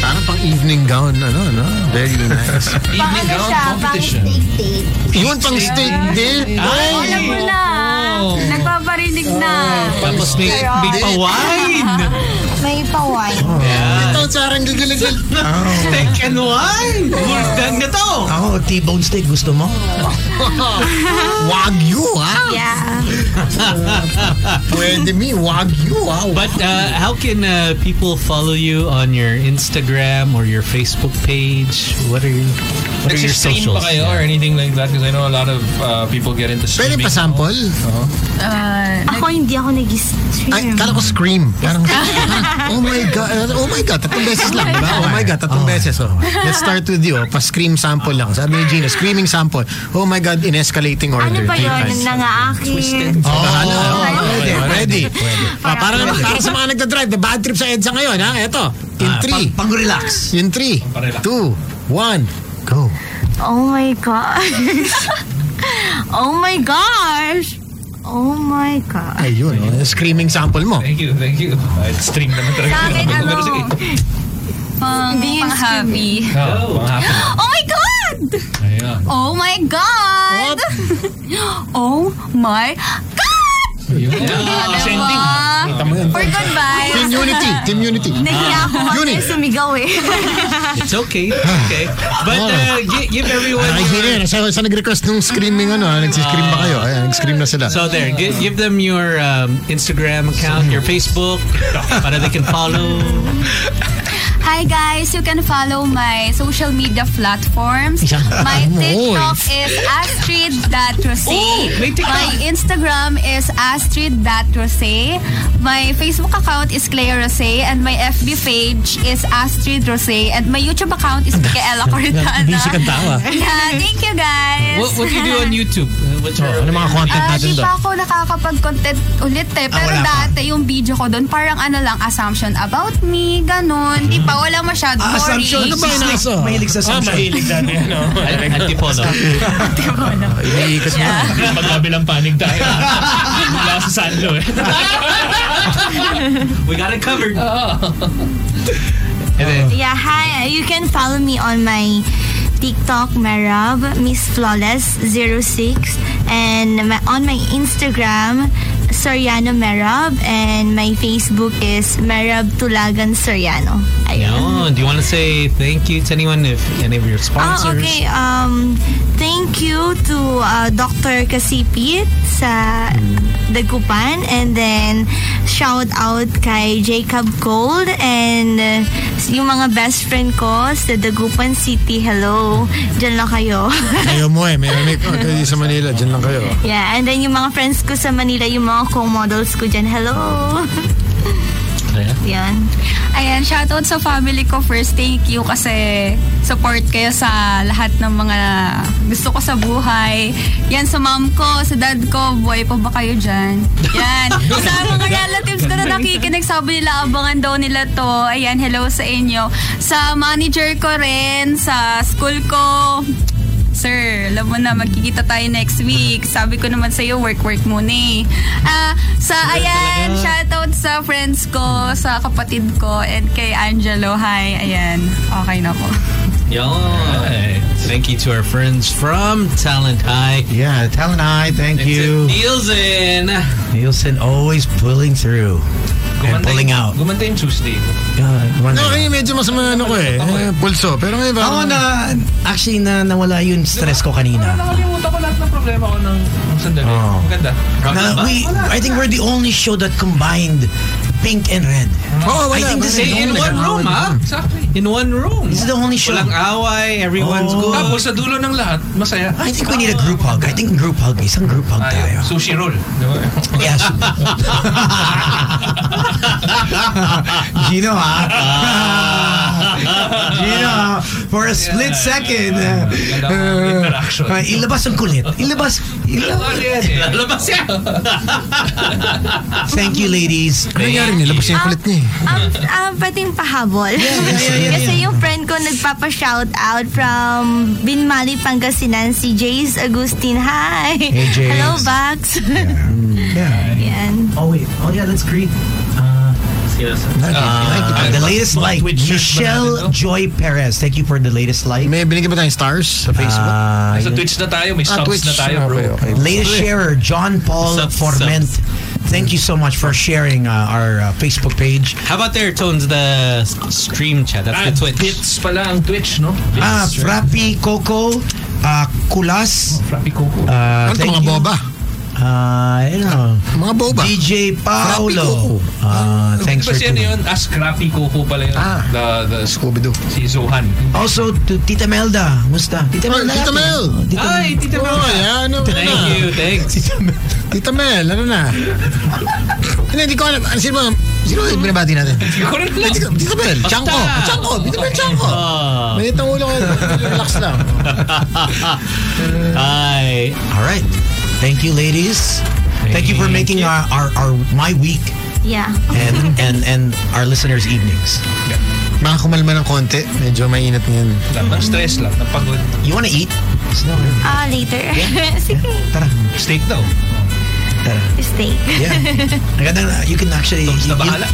Speaker 2: Parang pang evening gown, ano, no? Very nice.
Speaker 11: Pang ano siya, pang steak date.
Speaker 2: Yun pang steak date.
Speaker 10: Ay, alam mo na.
Speaker 2: Oh.
Speaker 10: Nagpaparinig na.
Speaker 6: Tapos may, may pawain.
Speaker 11: May pa-wine.
Speaker 2: Oh. Ito, sarang gigiligil.
Speaker 6: Steak and wine. Bulkan na to.
Speaker 5: Ako, T-bone steak gusto mo?
Speaker 2: Wagyu, ha?
Speaker 11: Yeah.
Speaker 2: Pwede mi, wagyu, ha?
Speaker 6: But uh, how can uh, people follow you on your Instagram or your Facebook page? What are your What are your
Speaker 4: Nagsistream ba
Speaker 6: socials?
Speaker 4: kayo or anything like that? Because I know a lot of uh, people get into
Speaker 2: Pwede pa
Speaker 4: streaming.
Speaker 2: sample?
Speaker 11: Uh, ako hindi ako nag-stream.
Speaker 2: Ay, kala ko scream. Parang, oh my God. Oh my God. Tatlong beses lang, di ba? Oh my God. Tatlong beses. Oh. Let's start with you. oh. Pa-scream sample lang. Sabi ni Gina, screaming sample. Oh my God, in escalating
Speaker 11: Ano
Speaker 2: order.
Speaker 11: ba
Speaker 2: Three
Speaker 11: yun?
Speaker 2: times.
Speaker 11: Nangaakit.
Speaker 2: Oh, ano? Oh,
Speaker 11: Ay,
Speaker 2: pwede, pwede. Ah, parang,
Speaker 11: Parang-
Speaker 2: parang sa mga nagdadrive, the bad trip sa EDSA ngayon, ha? Eto, in
Speaker 6: Ah,
Speaker 2: 3,
Speaker 5: Pang-relax.
Speaker 2: in 3, 2, 1, go.
Speaker 11: Oh my gosh. oh my gosh. Oh my gosh.
Speaker 2: Ayun, oh, screaming sample mo.
Speaker 4: Thank you, thank you. Uh, stream naman talaga.
Speaker 10: Sa akin,
Speaker 4: Pero
Speaker 10: ano,
Speaker 4: sige.
Speaker 10: pang, pang happy.
Speaker 4: Oh, mga happy.
Speaker 10: Oh my God!
Speaker 4: Ayan.
Speaker 10: Oh my God! Oh my God! Diba? For good vibes.
Speaker 2: Team unity, team unity.
Speaker 10: Nahiya ako kasi
Speaker 2: Unit.
Speaker 10: sumigaw eh.
Speaker 6: It's okay. It's okay. But uh, gi- give everyone
Speaker 2: Ay,
Speaker 6: your,
Speaker 2: hindi. Sa, sa nag-request ng screaming, ano, ah, nagsiscream ba kayo? Ayan, nag-scream na sila.
Speaker 6: So there, give, give them your um, Instagram account, your Facebook, para they can follow.
Speaker 10: Hi guys, you can follow my social media platforms.
Speaker 6: Yan.
Speaker 10: My
Speaker 6: Oy.
Speaker 10: TikTok is astrid.rose.
Speaker 6: Oh, may TikTok.
Speaker 10: My Instagram is astrid.rose. My Facebook account is Clea Rose and my FB page is astrid rose and my YouTube account is Micaela Cortana.
Speaker 2: Busy kang tao, ah.
Speaker 10: Yeah, thank you guys.
Speaker 6: What, what do you do on YouTube? Uh, What's your,
Speaker 2: Oh,
Speaker 5: Oh,
Speaker 2: ano mga content
Speaker 10: Ah,
Speaker 2: natin
Speaker 10: di
Speaker 2: doon?
Speaker 10: pa ako nakakapag-content ulit
Speaker 6: Ah,
Speaker 10: eh. Pero
Speaker 2: wala pa.
Speaker 10: dati, yung video ko doon, parang ano lang, assumption about me, ganun.
Speaker 6: Hmm.
Speaker 10: Di pa, wala masyado.
Speaker 5: Ah, assumption. Ano ba yun?
Speaker 10: Sorry.
Speaker 5: Aso? Mahilig sa assumption. Ah, mahilig
Speaker 4: dati. Ano?
Speaker 6: Antipolo.
Speaker 5: Iniikot mo.
Speaker 4: Magkabilang panig tayo. Wala sa Sanlo eh.
Speaker 6: We got it covered.
Speaker 11: Yeah, hi. You can follow me on my TikTok, Merab, Miss Flawless06, and my, on my Instagram, Soriano Merab, and my Facebook is Merab Tulagan Soriano.
Speaker 6: No, do you want to say thank you to anyone if any of your
Speaker 5: Ah,
Speaker 6: sponsors?
Speaker 11: Oh, okay. Um, thank you to uh, Dr. Kasipit sa Dagupan and then shout out kay Jacob Gold and uh, yung mga best friend ko sa Dagupan City. Hello. Diyan lang kayo.
Speaker 2: Ayaw mo eh. May may oh, kayo sa Manila. Diyan lang kayo.
Speaker 11: yeah, and then yung mga friends ko sa Manila, yung mga co-models ko dyan. Hello. Yan.
Speaker 10: Ayan, shoutout sa family ko first. Thank you kasi support kayo sa lahat ng mga gusto ko sa buhay. Yan, sa mom ko, sa dad ko, buhay pa ba kayo dyan? Yan. sa mga relatives ko na nakikinig, sabi nila, abangan daw nila to. Ayan, hello sa inyo. Sa manager ko rin, sa school ko, Sir, alam mo na, magkikita tayo next week. Sabi ko naman sa'yo, work-work muna eh. Ah, sa ayan, shoutout sa friends ko, sa kapatid ko, and kay Angelo. Hi, ayan. Okay na po.
Speaker 6: Yeah. Thank you to our friends from Talent High.
Speaker 5: Yeah, Talent High, thank you.
Speaker 6: Nielsen.
Speaker 5: Nielsen always pulling through and pulling out.
Speaker 4: Gumanda yung Tuesday.
Speaker 5: Yeah, one
Speaker 2: No, kayo medyo masama ano ko eh. eh, Pulso. Pero ngayon parang...
Speaker 5: Ako na, actually na nawala yung stress ko kanina.
Speaker 4: Nakalimutan ko lahat ng problema ko ng ng sandali.
Speaker 5: Oh.
Speaker 4: Ang ganda.
Speaker 5: Na, we, I think we're the only show that combined pink and red.
Speaker 6: Oh, wala.
Speaker 5: I think this is the
Speaker 6: In, in
Speaker 5: only-
Speaker 6: one room, ha? Exactly. In one room. This is the only show. Walang away, everyone's good. Tapos sa dulo ng lahat, masaya.
Speaker 5: I think we need a group hug. I think group hug. Isang group hug tayo.
Speaker 4: Sushi roll.
Speaker 5: Yes. Gino, ha? Gino, ha? For a split second. Uh, uh, ilabas ang kulit. Ilabas. Ilabas.
Speaker 16: Lalabas yan.
Speaker 5: Thank you, ladies. Ano nangyari? Nilabas
Speaker 2: yung kulit niya.
Speaker 11: Um, um, pating pahabol. Kasi yung friend ko nagpapa-shout out from Binmali, Pangasinan, si Jace Agustin. Hi!
Speaker 5: Hey, Jace.
Speaker 11: Hello, Bax!
Speaker 5: Yeah.
Speaker 11: Yan.
Speaker 5: Oh, wait. Oh, yeah, let's greet. Uh,
Speaker 2: Ah,
Speaker 5: the latest
Speaker 2: mga
Speaker 5: like,
Speaker 2: Twitch shirt
Speaker 5: Michelle Joy Perez. Thank you for the latest like.
Speaker 2: May binigyan ba tayong stars sa
Speaker 5: Facebook?
Speaker 4: Sa Ah, Twitch na tayo, may subs na tayo, bro.
Speaker 5: Latest sharer, John Paul
Speaker 6: Subs,
Speaker 5: Forment. Thank you so much for sharing uh, our uh, Facebook page.
Speaker 6: How about their tones, the s- stream chat? That's the Twitch.
Speaker 4: Ah,
Speaker 6: Bits
Speaker 4: pala ang Twitch, no?
Speaker 5: Ah, Frappy Coco, uh, Kulas.
Speaker 4: Frappy Coco.
Speaker 5: Uh,
Speaker 2: Ano to, mga boba?
Speaker 5: Uh, you know,
Speaker 2: mga boba.
Speaker 5: DJ
Speaker 4: Coco.
Speaker 5: Paolo. Uh, thanks for
Speaker 4: Kasi ano
Speaker 5: tuning.
Speaker 4: yun? Ah, Scrappy Coco pala yun.
Speaker 5: Ah.
Speaker 4: The, the Scooby-Doo. Si Zohan.
Speaker 5: Also to Tita Melda. Musta? Tita
Speaker 2: Oh,
Speaker 5: Melda.
Speaker 2: Tita
Speaker 5: natin.
Speaker 2: Mel.
Speaker 5: Oh, Tita Mel.
Speaker 4: Ay, Tita Mel.
Speaker 2: Oh, yeah, ano,
Speaker 6: Thank
Speaker 2: ano na?
Speaker 6: you, thanks.
Speaker 5: Tita Mel.
Speaker 2: Tita Mel, ano na? Hindi, hindi ko alam. Ano, sino ba? Sino ba yung binabati natin?
Speaker 4: Correct
Speaker 2: lang. Tita Tita Mel,
Speaker 6: Basta.
Speaker 2: Chanko. Chanko, Tita Mel, Chanko.
Speaker 6: Ah.
Speaker 2: Mainit ang ulo ko. Relax lang.
Speaker 5: Hi. All right. Thank you, ladies. Thank, you for making Our, our, our my week
Speaker 11: Yeah.
Speaker 5: and and and our listeners' evenings.
Speaker 2: Mga kumalma ng konti. Medyo mainit ngayon.
Speaker 4: Ang stress lang, ang pagod.
Speaker 5: You wanna eat?
Speaker 11: Ah, later. Sige,
Speaker 5: Tara.
Speaker 4: Steak daw.
Speaker 5: Tara.
Speaker 11: stay.
Speaker 5: Yeah. Ang ganda na. You can actually... you- Ako bahala.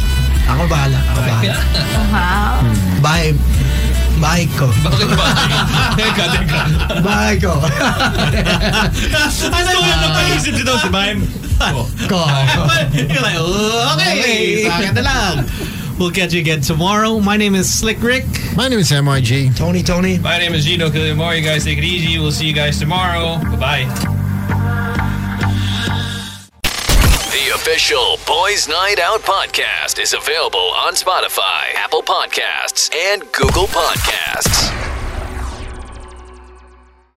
Speaker 5: Ako bahala.
Speaker 11: wow.
Speaker 5: Bahay. Bahay ko.
Speaker 4: Bakit ba? Teka, teka.
Speaker 5: Bahay ko.
Speaker 4: Ano yun? Napaisip dito si Mime.
Speaker 5: Ko.
Speaker 6: You're like, "Oh, okay, sa akin na lang. We'll catch you again tomorrow. My name is Slick Rick.
Speaker 2: My name is MRG.
Speaker 5: Tony, Tony.
Speaker 4: My name is Gino Killiamore. You guys take it easy. We'll see you guys tomorrow. Bye-bye.
Speaker 1: The official Boys Night Out podcast is available on Spotify, Apple Podcasts, and Google Podcasts.